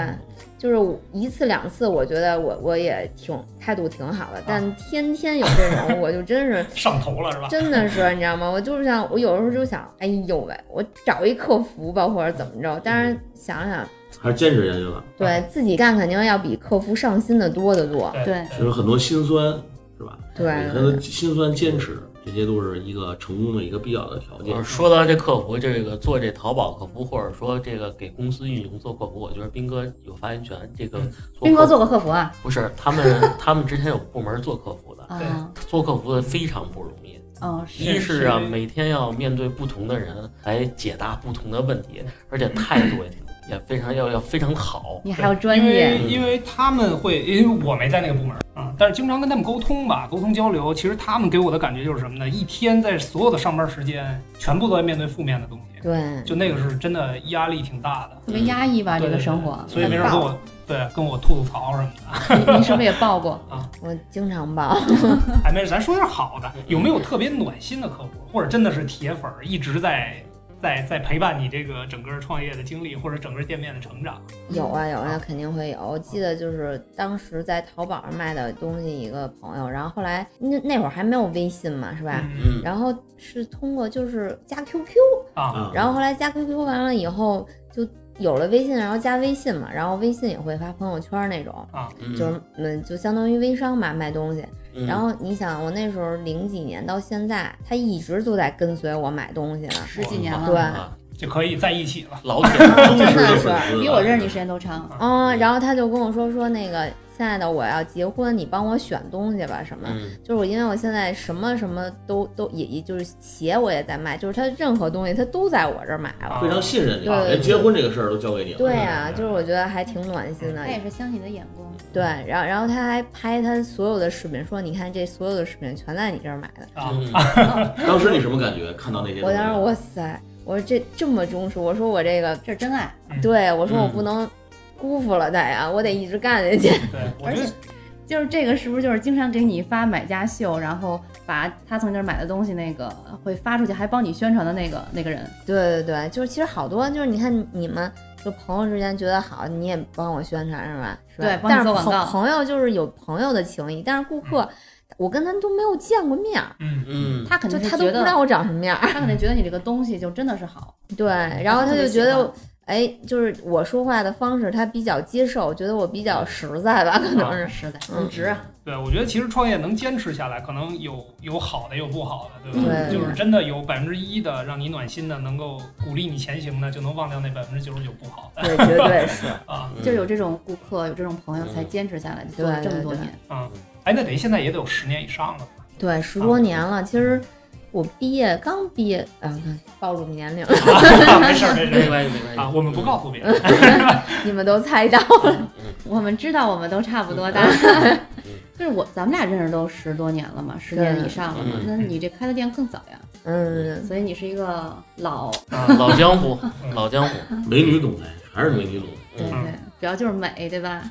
[SPEAKER 5] 就是我一次两次，我觉得我我也挺态度挺好的，但天天有这种，我就真是
[SPEAKER 3] 上头了是吧？
[SPEAKER 5] 真的是，你知道吗？我就是想，我有时候就想，哎呦喂，我找一客服吧，或者怎么着。但是想想，
[SPEAKER 4] 还是坚持下去吧。
[SPEAKER 5] 对自己干肯定要比客服上心的多得多。
[SPEAKER 1] 对
[SPEAKER 4] 其实很多心酸，是吧？
[SPEAKER 5] 对
[SPEAKER 4] 每个人的心酸、坚持，这些都是一个成功的一个必要的条件
[SPEAKER 2] 呃，。说到这客服，这个做这淘宝客服，或者说这个给公司运营做客服，我觉得斌哥有发言权。这个
[SPEAKER 3] 嗯
[SPEAKER 2] 客
[SPEAKER 1] 斌哥做过客服啊？
[SPEAKER 2] 不是他们，他们之前有部门做客服的，
[SPEAKER 3] 对
[SPEAKER 1] 啊，
[SPEAKER 2] 做客服的非常不容易。
[SPEAKER 1] 哦，
[SPEAKER 2] 一
[SPEAKER 1] 是
[SPEAKER 2] 是啊，
[SPEAKER 3] 是
[SPEAKER 2] 每天要面对不同的人来解答不同的问题，而且态度也挺也非常要要非常好。
[SPEAKER 1] 你还有专业，
[SPEAKER 3] 因为因为他们会，因为我没在那个部门啊，但是经常跟他们沟通吧，沟通交流。其实他们给我的感觉就是什么呢？一天在所有的上班时间，全部都在面对负面的东西，
[SPEAKER 5] 对，
[SPEAKER 3] 就那个是真的压力挺大的。
[SPEAKER 1] 特别压抑吧，这
[SPEAKER 3] 对
[SPEAKER 1] 个
[SPEAKER 3] 对对
[SPEAKER 1] 生活。
[SPEAKER 3] 所以没事跟我对跟我吐吐槽什么的。
[SPEAKER 1] 你你是不是也报过？
[SPEAKER 5] 我经常报。
[SPEAKER 3] 哎，没事，咱说点好的，有没有特别暖心的客户，或者真的是铁粉儿，一直在在在陪伴你这个整个创业的经历，或者整个店面的成长？
[SPEAKER 5] 有啊有啊，肯定会有。我记得就是当时在淘宝上卖的东西，一个朋友，然后后来那那会儿还没有微信嘛，是吧？
[SPEAKER 3] 嗯
[SPEAKER 2] 嗯，
[SPEAKER 5] 然后是通过就是加 QQ，
[SPEAKER 3] 啊，
[SPEAKER 4] 啊，
[SPEAKER 5] 然后后来加 QQ 完了以后就有了微信，然后加微信嘛，然后微信也会发朋友圈那种，
[SPEAKER 2] 嗯
[SPEAKER 5] 就是嗯，就相当于微商嘛，卖东西。
[SPEAKER 2] 嗯
[SPEAKER 5] 然后你想，我那时候零几年到现在，他一直都在跟随我买东西呢。
[SPEAKER 1] 十几年了，
[SPEAKER 5] 对
[SPEAKER 2] 啊
[SPEAKER 3] 就可以在一起了。
[SPEAKER 2] 老铁了，
[SPEAKER 4] 忠实
[SPEAKER 5] 真的
[SPEAKER 4] 的
[SPEAKER 5] 是
[SPEAKER 4] 粉丝，
[SPEAKER 1] 比我认识你时间都长。
[SPEAKER 5] 嗯，然后他就跟我说说那个，亲爱的，我要结婚，你帮我选东西吧，什么的。
[SPEAKER 2] 嗯，
[SPEAKER 5] 就是我，因为我现在什么什么都都也也就是鞋我也在卖，就是他任何东西他都在我这儿买了。
[SPEAKER 4] 啊非常
[SPEAKER 3] 啊
[SPEAKER 4] 信任你，
[SPEAKER 5] 对
[SPEAKER 4] 连结婚这个事儿都交给你了。
[SPEAKER 5] 对呀、就是我觉得还挺暖心的
[SPEAKER 1] 他。也是相信你的眼光，
[SPEAKER 5] 对，然后然后他还拍他所有的视频，说你看这所有的视频全在你这儿买的。
[SPEAKER 3] 啊
[SPEAKER 2] 嗯
[SPEAKER 4] 当时你什么感觉？看到那些东
[SPEAKER 5] 我
[SPEAKER 4] 西，
[SPEAKER 5] 当时哇塞，我说这这么忠实，我说我这个，
[SPEAKER 1] 这是真爱。
[SPEAKER 5] 对我说我
[SPEAKER 2] 嗯
[SPEAKER 5] 不能辜负了他呀，我得一直干下去。
[SPEAKER 3] 对，我觉
[SPEAKER 1] 而
[SPEAKER 3] 得
[SPEAKER 1] 且就是这个，是不是就是经常给你发买家秀，然后把他从你那儿买的东西那个会发出去，还帮你宣传的那个那个人？
[SPEAKER 5] 对对对，就是其实好多就是你看你们就朋友之间觉得好，你也帮我宣传是吧？是吧
[SPEAKER 1] 对帮你
[SPEAKER 5] 但是
[SPEAKER 1] 做广
[SPEAKER 5] 朋
[SPEAKER 1] 告嗯
[SPEAKER 5] 朋友就是有朋友的情谊，但是顾客我跟他都没有见过面儿，
[SPEAKER 3] 嗯，
[SPEAKER 2] 嗯，
[SPEAKER 1] 他肯
[SPEAKER 5] 就
[SPEAKER 1] 定是
[SPEAKER 5] 他都
[SPEAKER 1] 觉
[SPEAKER 5] 不知
[SPEAKER 1] 得，
[SPEAKER 5] 道我长什么 样儿。
[SPEAKER 1] 他肯定觉得你这个东西就真的是好。
[SPEAKER 5] 对，然后他就
[SPEAKER 1] 特别嗯喜
[SPEAKER 5] 觉得
[SPEAKER 1] 欢。
[SPEAKER 5] 哎，就是我说话的方式，他比较接受，觉得我比较实在吧，可能是。
[SPEAKER 1] 实在，
[SPEAKER 5] 嗯
[SPEAKER 1] 很值啊。
[SPEAKER 3] 对，我觉得其实创业能坚持下来，可能有有好的，有不好的，对吧？
[SPEAKER 5] 对
[SPEAKER 3] 就是真的有百分之一的让你暖心的，能够鼓励你前行的，就能忘掉那百分之九十九不好
[SPEAKER 1] 嗯
[SPEAKER 5] 对，绝 对是。
[SPEAKER 3] 的啊。
[SPEAKER 2] 嗯
[SPEAKER 1] 就有这种顾客，有这种朋友才坚持下来，做了这么多
[SPEAKER 5] 对对
[SPEAKER 1] 年。
[SPEAKER 3] 哎，那得现在也得有十年以上了吧。
[SPEAKER 5] 对，十多年了。其实我毕业刚毕业，啊，暴露年龄了，
[SPEAKER 3] 啊没事儿，没事
[SPEAKER 2] 没
[SPEAKER 3] 儿
[SPEAKER 2] 关系没关系
[SPEAKER 3] 啊，我们不告诉别人。
[SPEAKER 5] 你们都猜到了。
[SPEAKER 1] 我们知道，我们都差不多大。 就是我，咱们俩认识都十多年了嘛，十年以上了嘛。
[SPEAKER 2] 嗯
[SPEAKER 1] 那你这开的店更早呀，
[SPEAKER 5] 嗯，
[SPEAKER 1] 所以你是一个老，
[SPEAKER 3] 啊
[SPEAKER 2] 老江湖，老江湖，嗯
[SPEAKER 4] 美女总裁还是美女总裁。
[SPEAKER 1] 对对，主要就是美，对吧？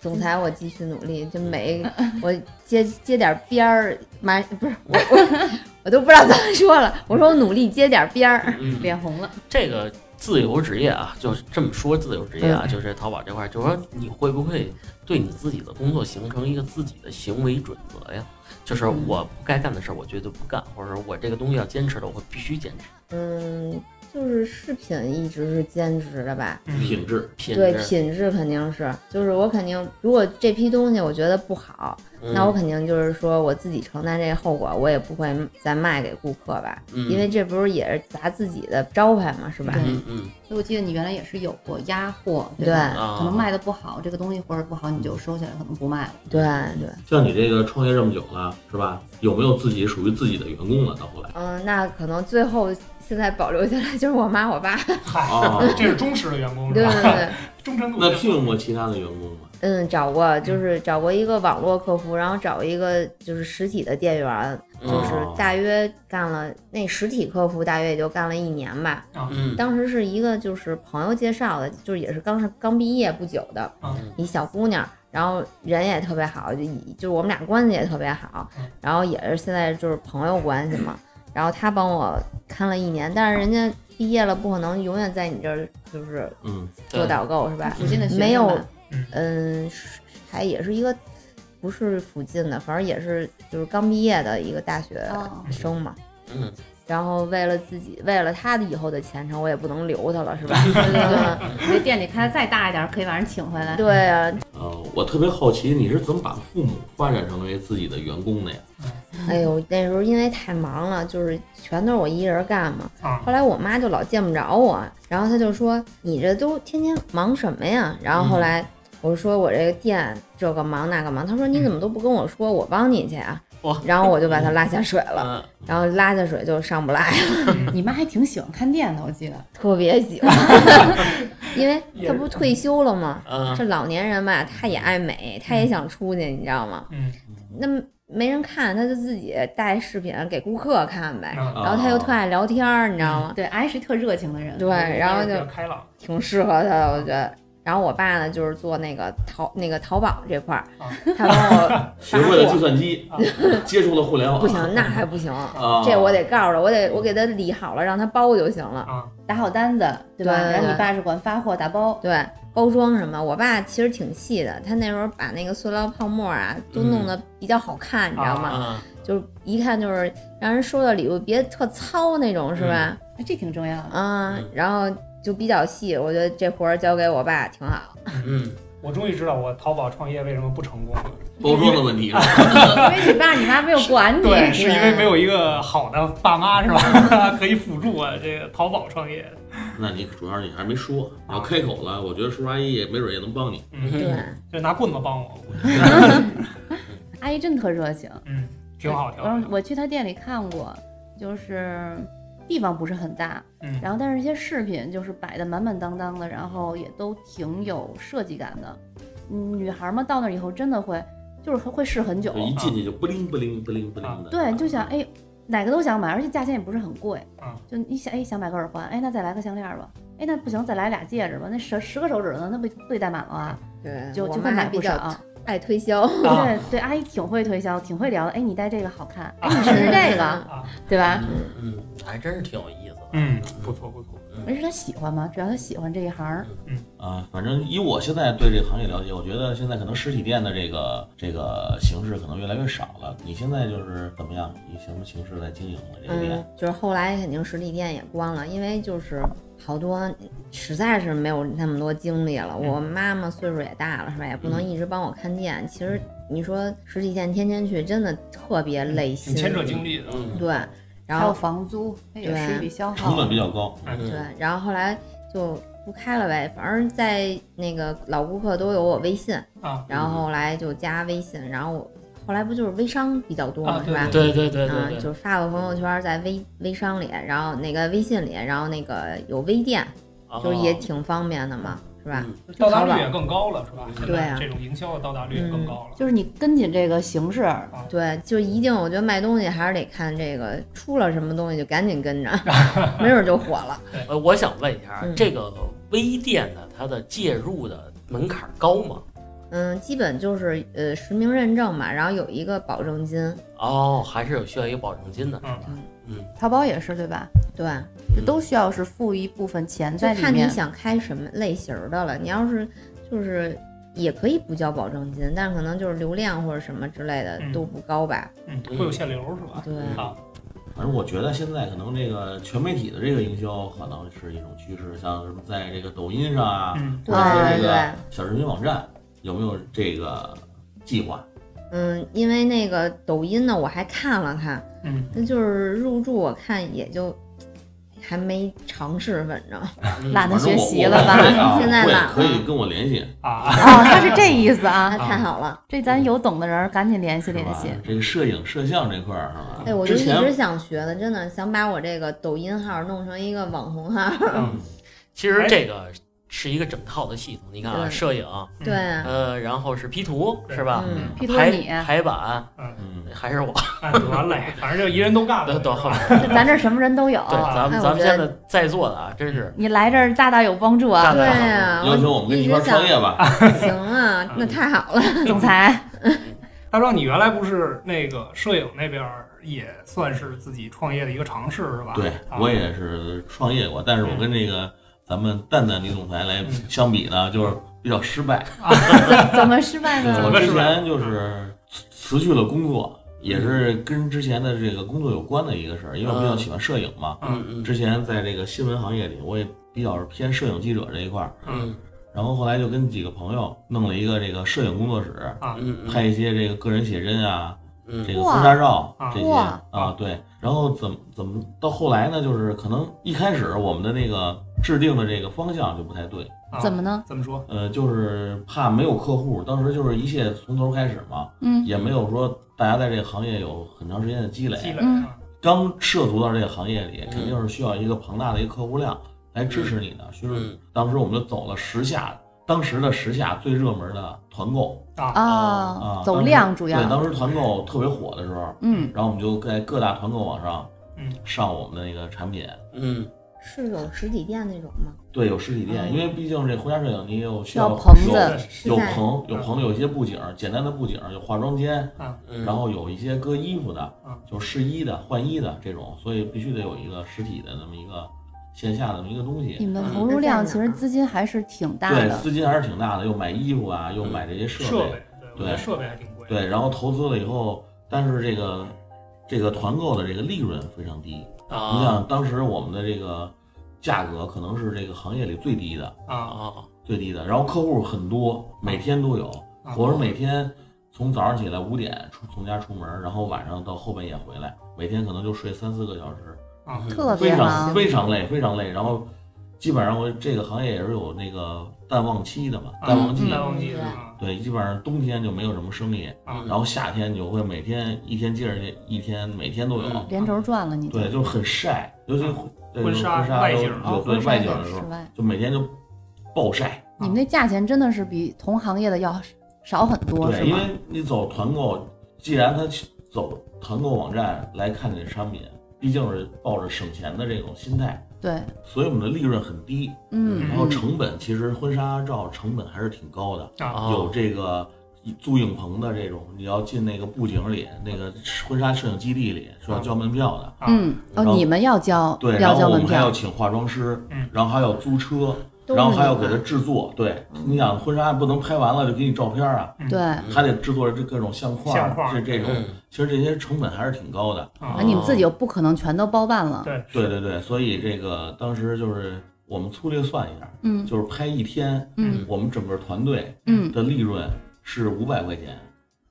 [SPEAKER 5] 总裁，我继续努力，就每我接接点边儿，妈不是我我我都不知道怎么说了。我说我努力接点边儿，
[SPEAKER 2] 嗯，
[SPEAKER 1] 脸红了，
[SPEAKER 2] 这个自由职业啊，就是这么说自由职业啊，
[SPEAKER 5] 嗯
[SPEAKER 2] 就是淘宝这块儿，就是说你会不会对你自己的工作形成一个自己的行为准则呀？就是
[SPEAKER 1] 嗯
[SPEAKER 2] 我不该干的事儿，我绝对不干，或者说我这个东西要坚持的，我必须坚持。
[SPEAKER 5] 嗯，就是饰品一直是坚持的吧。
[SPEAKER 4] 品质，
[SPEAKER 2] 品
[SPEAKER 5] 对
[SPEAKER 2] 质，
[SPEAKER 5] 品质肯定是，就是我肯定，如果这批东西我觉得不好，
[SPEAKER 2] 嗯
[SPEAKER 5] 那我肯定就是说我自己承担这个后果，我也不会再卖给顾客吧，
[SPEAKER 2] 嗯
[SPEAKER 5] 因为这不是也是砸自己的招牌嘛，是吧？
[SPEAKER 1] 对
[SPEAKER 2] 嗯嗯
[SPEAKER 1] 所以我记得你原来也是有过压货，
[SPEAKER 5] 对
[SPEAKER 1] 吧？
[SPEAKER 2] 啊
[SPEAKER 1] 可能卖的不好，这个东西或者不好，你就收起来，可能不卖了。
[SPEAKER 2] 嗯
[SPEAKER 5] 对对，
[SPEAKER 4] 像你这个创业这么久了，是吧？有没有自己属于自己的员工了？到后来，
[SPEAKER 5] 嗯，那可能最后现在保留下来就是我妈我爸，
[SPEAKER 3] 嗨
[SPEAKER 4] 哦，
[SPEAKER 3] 啊这是忠实的员工
[SPEAKER 5] 对
[SPEAKER 3] 是吧？
[SPEAKER 5] 对对。
[SPEAKER 3] 忠诚度
[SPEAKER 4] 那聘用过其他的员工吗？
[SPEAKER 5] 嗯，找过，就是找过一个网络客服，然后找一个就是实体的店员，就是
[SPEAKER 2] 嗯
[SPEAKER 4] 哦
[SPEAKER 5] 大约干了那实体客服大约也就干了一年吧。
[SPEAKER 2] 嗯
[SPEAKER 5] 当时是一个就是朋友介绍的，就是也是刚上刚毕业不久的
[SPEAKER 3] 嗯
[SPEAKER 5] 一小姑娘，然后人也特别好，就以就我们俩关系也特别好
[SPEAKER 3] 嗯，
[SPEAKER 5] 然后也是现在就是朋友关系嘛。然后她帮我看了一年，但是人家毕业了，不可能永远在你这儿就是
[SPEAKER 4] 嗯，
[SPEAKER 5] 做导购是吧？
[SPEAKER 1] 附近的学生
[SPEAKER 5] 没有
[SPEAKER 1] 们，
[SPEAKER 5] 嗯，是还也是一个不是附近的，反正也是就是刚毕业的一个大学
[SPEAKER 1] 哦
[SPEAKER 5] 生嘛。
[SPEAKER 2] 嗯，
[SPEAKER 5] 然后为了自己，为了他的以后的前程，我也不能留他了，是吧？ 嗯
[SPEAKER 1] 你这店里开的再大一点，可以把人请回来。
[SPEAKER 5] 对啊，
[SPEAKER 4] 呃，我特别好奇你是怎么把父母发展成为自己的员工的呀？
[SPEAKER 5] 哎呦，那时候因为太忙了，就是全都是我一人干嘛。
[SPEAKER 3] 啊，
[SPEAKER 5] 后来我妈就老见不着我，然后她就说：“你这都天天忙什么呀？”然后后来我说：“我这个店这个忙那个忙。”她说：“你怎么都不跟我说，我帮你去啊
[SPEAKER 2] 哇！”
[SPEAKER 5] 然后我就把她拉下水了。
[SPEAKER 2] 嗯
[SPEAKER 5] 然后拉下水就上不来，
[SPEAKER 3] 嗯
[SPEAKER 1] 你妈还挺喜欢看店的，我记得。
[SPEAKER 5] 特 别喜欢，因为他不是退休了吗？
[SPEAKER 2] 嗯
[SPEAKER 5] 这老年人吧，他也爱美，他也想出去，你知道吗？
[SPEAKER 3] 嗯，
[SPEAKER 5] 那么没人看，他就自己带视频给顾客看
[SPEAKER 2] 嗯
[SPEAKER 5] 呗。
[SPEAKER 3] 啊
[SPEAKER 5] 然后
[SPEAKER 2] 哦
[SPEAKER 5] 他又特爱聊天儿，你知道吗？
[SPEAKER 1] 对，哎，是特热情的
[SPEAKER 2] 嗯
[SPEAKER 1] 人。
[SPEAKER 5] 对，然后
[SPEAKER 3] 比较
[SPEAKER 5] 就
[SPEAKER 3] 开朗，
[SPEAKER 5] 挺适合他的，我觉得。然后我爸呢，就是做那个淘那个淘宝这块儿
[SPEAKER 3] 啊，
[SPEAKER 5] 他帮我
[SPEAKER 4] 学会了
[SPEAKER 5] 发
[SPEAKER 4] 计
[SPEAKER 5] 货。
[SPEAKER 4] 算机， 接触了互联网，
[SPEAKER 5] 不行，那还不行，
[SPEAKER 3] 哦
[SPEAKER 4] 啊，
[SPEAKER 5] 这我得告诉他，我得我给他理好了，让他包就行了。
[SPEAKER 3] 啊，
[SPEAKER 1] 打好单子，对吧？
[SPEAKER 5] 对对对
[SPEAKER 1] 然后你爸是管发货打包，
[SPEAKER 5] 对，包装什么，我爸其实挺细的，他那时候把那个塑料泡沫啊都
[SPEAKER 3] 嗯
[SPEAKER 5] 弄得比较好看，你知道吗？
[SPEAKER 2] 啊
[SPEAKER 5] 就是一看就是让人收到礼物别特糙那种，是吧？
[SPEAKER 1] 哎这挺重要的。
[SPEAKER 5] 啊、
[SPEAKER 2] 嗯
[SPEAKER 5] 然后就比较细，我觉得这活儿交给我爸挺 好。
[SPEAKER 2] 嗯，
[SPEAKER 3] 我终于知道我淘宝创业为什么不成功了，
[SPEAKER 4] 包装的问题是吧？
[SPEAKER 1] 因为你爸你妈没有管你，
[SPEAKER 3] 对，是因为没有一个好的爸妈是吧？ 可以辅助我这个淘宝创业，
[SPEAKER 4] 那你主要是你还没说，你要开口了，我觉得叔叔阿姨也没准也能帮你。
[SPEAKER 5] 对，
[SPEAKER 2] 嗯
[SPEAKER 3] 就拿棍子帮我，
[SPEAKER 1] 阿姨真特热情。
[SPEAKER 3] 嗯，挺好，挺
[SPEAKER 1] 然后
[SPEAKER 3] 好，
[SPEAKER 1] 我去他店里看过，就是地方不是很大，
[SPEAKER 3] 嗯
[SPEAKER 1] 然后但是一些饰品就是摆的满满当当的，然后也都挺有设计感的。嗯，女孩嘛，到那以后真的会，就是会试很久
[SPEAKER 4] 就，一进去就不灵不灵不灵不灵的。
[SPEAKER 1] 对，就想哎，哪个都想买，而且价钱也不是很贵
[SPEAKER 3] 嗯，
[SPEAKER 1] 就你想哎想买个耳环，哎那再来个项链吧，哎那不行再来俩戒指吧，那十十个手指头那不不得戴满了啊，
[SPEAKER 5] 对，
[SPEAKER 1] 就
[SPEAKER 5] 嗯我
[SPEAKER 1] 就会
[SPEAKER 5] 妈
[SPEAKER 1] 买
[SPEAKER 5] 比
[SPEAKER 1] 不
[SPEAKER 5] 较
[SPEAKER 1] 少。
[SPEAKER 5] 爱推销。
[SPEAKER 3] 啊
[SPEAKER 1] 对对，阿姨挺会推销，挺会聊的，哎你戴这个好看，哎 你试试这个，
[SPEAKER 3] 啊，
[SPEAKER 1] 对吧？
[SPEAKER 2] 嗯嗯，还真是挺有意思的。
[SPEAKER 3] 嗯，不错不错，
[SPEAKER 1] 而是他喜欢嘛，只要他喜欢这一行儿，
[SPEAKER 4] 啊，反正以我现在对这个行业了解，我觉得现在可能实体店的这个这个形式可能越来越少了。你现在就是怎么样，以什么形式来经营了这个
[SPEAKER 5] 嗯
[SPEAKER 4] 店？，
[SPEAKER 5] 就是后来肯定实体店也关了，因为就是好多实在是没有那么多精力了。
[SPEAKER 3] 嗯
[SPEAKER 5] 我妈妈岁数也大了，是吧？也不能一直帮我看店。其实你说实体店天天去，真的特别累
[SPEAKER 3] 挺
[SPEAKER 5] 心。
[SPEAKER 3] 嗯牵扯精力的，
[SPEAKER 2] 嗯
[SPEAKER 5] 对，然
[SPEAKER 1] 还有
[SPEAKER 5] 后
[SPEAKER 1] 房租，那也是一笔消
[SPEAKER 4] 成
[SPEAKER 1] 耗
[SPEAKER 4] 本。比较高，
[SPEAKER 2] 嗯
[SPEAKER 5] 对，然后后来就不开了呗。反正在那个老顾客都有我微信，
[SPEAKER 3] 啊
[SPEAKER 5] 然后后来就加微信，然后我后来不就是微商比较多嘛，
[SPEAKER 3] 啊
[SPEAKER 5] 是吧？
[SPEAKER 2] 对对对
[SPEAKER 5] 嗯，
[SPEAKER 2] 对对，
[SPEAKER 5] 就是发个朋友圈在微微商里，然后那个微信里，然后那个有微店，
[SPEAKER 2] 啊
[SPEAKER 5] 就是也挺方便的嘛，是吧？
[SPEAKER 2] 哦嗯
[SPEAKER 3] 到达率也更高了是吧？
[SPEAKER 5] 对啊
[SPEAKER 3] 这种营销的到达率也更高了，
[SPEAKER 1] 就是你跟紧这个形式，
[SPEAKER 5] 对，就一定，我觉得卖东西还是得看这个出了什么东西就赶紧跟着， 没准就火了。
[SPEAKER 2] 呃，我想问一下啊
[SPEAKER 5] 嗯，
[SPEAKER 2] 这个微店呢，它的介入的门槛高吗？
[SPEAKER 5] 嗯，基本就是呃实名认证嘛，然后有一个保证金，
[SPEAKER 2] 哦，还是有需要一个保证金的，是吧？
[SPEAKER 5] 嗯
[SPEAKER 1] 淘宝也是对吧？
[SPEAKER 5] 对，
[SPEAKER 2] 嗯
[SPEAKER 1] 就都需要是付一部分钱
[SPEAKER 5] 嗯就
[SPEAKER 1] 在里
[SPEAKER 5] 看你
[SPEAKER 1] 面。
[SPEAKER 5] 想开什么类型儿的了。你要是就是也可以不交保证金，但是可能就是流量或者什么之类的
[SPEAKER 3] 嗯
[SPEAKER 5] 都不高吧。
[SPEAKER 3] 嗯，会有限流是吧？
[SPEAKER 2] 嗯
[SPEAKER 5] 对，
[SPEAKER 3] 啊，
[SPEAKER 4] 反正我觉得现在可能这个全媒体的这个营销可能是一种趋势，像什么在这个抖音上啊，
[SPEAKER 3] 嗯
[SPEAKER 4] 或者是
[SPEAKER 5] 对
[SPEAKER 4] 这
[SPEAKER 5] 对
[SPEAKER 4] 个。小视频网站，有没有这个计划？
[SPEAKER 5] 嗯，因为那个抖音呢，我还看了看，
[SPEAKER 3] 嗯，
[SPEAKER 5] 那就是入驻，我看也就还没尝试，反正
[SPEAKER 4] 啊
[SPEAKER 2] 嗯
[SPEAKER 1] 懒得
[SPEAKER 4] 反正
[SPEAKER 1] 学
[SPEAKER 4] 我
[SPEAKER 1] 习了吧？
[SPEAKER 4] 我会啊
[SPEAKER 5] 现在
[SPEAKER 4] 会
[SPEAKER 5] 懒了
[SPEAKER 4] 可以跟我联系。
[SPEAKER 3] 啊，
[SPEAKER 1] 哦，他是这意思啊
[SPEAKER 5] 啊，，太好了。
[SPEAKER 1] 这咱有懂的人儿赶紧联系
[SPEAKER 4] 是
[SPEAKER 1] 联
[SPEAKER 4] 吧
[SPEAKER 1] 系。？
[SPEAKER 4] 这个摄影摄像这块儿是吧？
[SPEAKER 5] 哎，我就
[SPEAKER 4] 之
[SPEAKER 5] 一
[SPEAKER 4] 前
[SPEAKER 5] 直想学的，真的想把我这个抖音号弄成一个网红号。
[SPEAKER 3] 嗯
[SPEAKER 2] 哎其实这个是一个整套的系统。你看啊，
[SPEAKER 5] 对
[SPEAKER 2] 摄影，
[SPEAKER 4] 嗯
[SPEAKER 5] 对啊，
[SPEAKER 2] 呃，然后是 P 图
[SPEAKER 3] 对
[SPEAKER 2] 是吧？
[SPEAKER 5] 嗯，
[SPEAKER 1] P 图
[SPEAKER 2] 排
[SPEAKER 1] 你，
[SPEAKER 2] 排版
[SPEAKER 4] 嗯，
[SPEAKER 2] 还是 我，
[SPEAKER 3] 哎，完了，反正就一人都干了。
[SPEAKER 2] 都都
[SPEAKER 3] 是
[SPEAKER 2] 后
[SPEAKER 3] 吧
[SPEAKER 2] 来，
[SPEAKER 1] 咱这什么人都有。
[SPEAKER 2] 对，咱
[SPEAKER 5] 哎
[SPEAKER 2] 们
[SPEAKER 5] 我
[SPEAKER 2] 咱们
[SPEAKER 5] 觉
[SPEAKER 2] 现
[SPEAKER 5] 得
[SPEAKER 2] 在在座的啊，真是
[SPEAKER 1] 你来这儿大大有帮助啊，
[SPEAKER 4] 嗯
[SPEAKER 2] 大
[SPEAKER 5] 对
[SPEAKER 2] 大
[SPEAKER 5] 啊，
[SPEAKER 4] 要求我们跟你一块儿创业嗯吧，
[SPEAKER 5] 我 行啊，那太好了，
[SPEAKER 1] 总裁。
[SPEAKER 3] 大壮，你原来不是那个摄影那边儿也算是自己创业的一个尝试是吧？
[SPEAKER 4] 对
[SPEAKER 3] 啊
[SPEAKER 4] 我也是创业过，但是我跟这个咱们蛋蛋女总裁来
[SPEAKER 3] 嗯
[SPEAKER 4] 相比呢，就是比较失败。
[SPEAKER 1] 怎怎么失败
[SPEAKER 3] 怎么
[SPEAKER 1] 呢
[SPEAKER 3] 个？
[SPEAKER 4] 我
[SPEAKER 3] 失
[SPEAKER 4] 之
[SPEAKER 3] 败
[SPEAKER 4] 前就是辞辞去了工作，也是跟之前的这个工作有关的一个事儿，因为我比较喜欢摄影嘛。
[SPEAKER 2] 嗯嗯
[SPEAKER 4] 之前在这个新闻行业里，我也比较是偏摄影记者这一块儿，
[SPEAKER 2] 嗯
[SPEAKER 4] 然后后来就跟几个朋友弄了一个这个摄影工作室，
[SPEAKER 3] 啊，
[SPEAKER 2] 嗯嗯
[SPEAKER 4] 拍一些这个个人写真啊，
[SPEAKER 2] 嗯
[SPEAKER 4] 这个
[SPEAKER 1] 哇
[SPEAKER 4] 婚纱照
[SPEAKER 3] 啊
[SPEAKER 4] 这些
[SPEAKER 1] 哇
[SPEAKER 4] 啊，对。然后怎么怎么到后来呢？就是可能一开始我们的那个制定的这个方向就不太对，
[SPEAKER 3] 啊
[SPEAKER 1] 怎么呢？
[SPEAKER 3] 怎么说？
[SPEAKER 4] 呃，就是怕没有客户，当时就是一切从头开始嘛，
[SPEAKER 1] 嗯
[SPEAKER 4] 也没有说大家在这个行业有很长时间的积累。
[SPEAKER 3] 积累
[SPEAKER 1] 嗯
[SPEAKER 3] 啊
[SPEAKER 4] 刚涉足到这个行业里
[SPEAKER 2] 嗯，
[SPEAKER 4] 肯定是需要一个庞大的一个客户量来支持你的。就是
[SPEAKER 2] 嗯
[SPEAKER 4] 当时我们就走了时下，当时的时下最热门的团购
[SPEAKER 3] 啊
[SPEAKER 1] 哦
[SPEAKER 4] 啊，，
[SPEAKER 1] 走
[SPEAKER 4] 当时
[SPEAKER 1] 量主要
[SPEAKER 4] 对，。当时团购特别火的时候，
[SPEAKER 1] 嗯，
[SPEAKER 4] 然后我们就在各大团购网上
[SPEAKER 3] 嗯
[SPEAKER 4] 上我们的那个产品。
[SPEAKER 2] 嗯
[SPEAKER 5] 是有实体店那种吗？
[SPEAKER 4] 对，有实体店，
[SPEAKER 3] 嗯
[SPEAKER 4] 因为毕竟这婚纱摄影，你有需
[SPEAKER 1] 哦要
[SPEAKER 4] 有
[SPEAKER 1] 棚子
[SPEAKER 3] 是
[SPEAKER 4] 有
[SPEAKER 5] 是在
[SPEAKER 4] 棚，有
[SPEAKER 3] 嗯
[SPEAKER 4] 棚，有一些布景，简单的布景，有化妆间，
[SPEAKER 2] 嗯，
[SPEAKER 4] 然后有一些搁衣服的
[SPEAKER 3] 嗯，
[SPEAKER 4] 就试衣的、换衣的这种，所以必须得有一个实体的那么一个线下的那么一个东
[SPEAKER 1] 你
[SPEAKER 4] 西。
[SPEAKER 1] 们的投入
[SPEAKER 5] 嗯
[SPEAKER 1] 量其实资金还是挺大
[SPEAKER 4] 对，
[SPEAKER 1] 的。
[SPEAKER 4] 资金还是挺大的，又买衣服啊，又买这些
[SPEAKER 3] 设
[SPEAKER 4] 设备，
[SPEAKER 3] 备，对，我觉得
[SPEAKER 4] 对
[SPEAKER 3] 设备还挺贵。
[SPEAKER 4] 对，然后投资了以后，但是这个这个团购的这个利润非常低。你
[SPEAKER 2] 啊
[SPEAKER 4] 想当时我们的这个价格可能是这个行业里最低的，
[SPEAKER 3] 啊，
[SPEAKER 2] 啊
[SPEAKER 4] 最低的，然后客户很多，每天都有。
[SPEAKER 3] 啊
[SPEAKER 4] 我是每天从早上起来五点出从家出门，然后晚上到后半夜回来，每天可能就睡三四个小时，
[SPEAKER 1] 嗯
[SPEAKER 3] 啊
[SPEAKER 1] 特
[SPEAKER 4] 非
[SPEAKER 1] 别
[SPEAKER 4] 常
[SPEAKER 1] 忙，
[SPEAKER 4] 非常累，非常累。然后基本上我这个行业也是有那个淡旺期的嘛，
[SPEAKER 3] 啊
[SPEAKER 4] 淡旺季，
[SPEAKER 3] 淡旺季啊
[SPEAKER 4] 对，基本上冬天就没有什么生意，
[SPEAKER 1] 嗯
[SPEAKER 3] 啊
[SPEAKER 4] 然后夏天你就会每天一天接着一天，每天都有。
[SPEAKER 2] 嗯
[SPEAKER 1] 连轴转了你就。
[SPEAKER 4] 对，就是很晒，尤其对
[SPEAKER 3] 婚
[SPEAKER 4] 婚
[SPEAKER 3] 纱
[SPEAKER 4] 纱
[SPEAKER 3] 外
[SPEAKER 4] 都
[SPEAKER 3] 景
[SPEAKER 4] 对
[SPEAKER 1] 哦，
[SPEAKER 4] 对
[SPEAKER 1] 婚纱
[SPEAKER 4] 外景
[SPEAKER 1] 也
[SPEAKER 4] 的时
[SPEAKER 1] 室
[SPEAKER 4] 候，
[SPEAKER 1] 外。
[SPEAKER 4] 就每天就暴晒。
[SPEAKER 1] 你们那价钱真的是比同行业的要少很多，是
[SPEAKER 4] 对，因
[SPEAKER 1] 吗？
[SPEAKER 4] 为你走团购，既然他去走团购网站来看你的商品，毕竟是抱着省钱的这种心态，
[SPEAKER 1] 对，
[SPEAKER 4] 所以我们的利润很低，
[SPEAKER 1] 嗯，
[SPEAKER 4] 然后成本其实婚纱照成本还是挺高的，
[SPEAKER 3] 啊
[SPEAKER 1] 嗯
[SPEAKER 2] 哦
[SPEAKER 4] 有这个租影棚的这种，你要进那个布景里，那个婚纱摄影基地里是要交门票的。
[SPEAKER 1] 嗯，哦，
[SPEAKER 4] 然后
[SPEAKER 1] 你们要交
[SPEAKER 4] 对，然
[SPEAKER 1] 要
[SPEAKER 4] 后
[SPEAKER 1] 交
[SPEAKER 4] 我
[SPEAKER 1] 门
[SPEAKER 4] 们还要
[SPEAKER 1] 票，
[SPEAKER 4] 请化妆师，
[SPEAKER 3] 嗯
[SPEAKER 4] 然后还要租车，
[SPEAKER 5] 都是
[SPEAKER 4] 然后还要
[SPEAKER 5] 你
[SPEAKER 4] 给他制作。对，你想婚纱不能拍完了就给你照片啊，
[SPEAKER 1] 对，
[SPEAKER 2] 嗯
[SPEAKER 4] 还得制作这各种相框啊，
[SPEAKER 3] 相框
[SPEAKER 4] 这这种，
[SPEAKER 2] 嗯
[SPEAKER 4] 其实这些成本还是挺高的。
[SPEAKER 3] 啊
[SPEAKER 1] 啊，你们自己又不可能全都包办了，
[SPEAKER 3] 对
[SPEAKER 4] 对对对，所以这个当时就是我们粗略算一下，
[SPEAKER 1] 嗯
[SPEAKER 4] 就是拍一天，
[SPEAKER 1] 嗯
[SPEAKER 4] 我们整个团队
[SPEAKER 1] 嗯，
[SPEAKER 4] 的利润是五百块钱。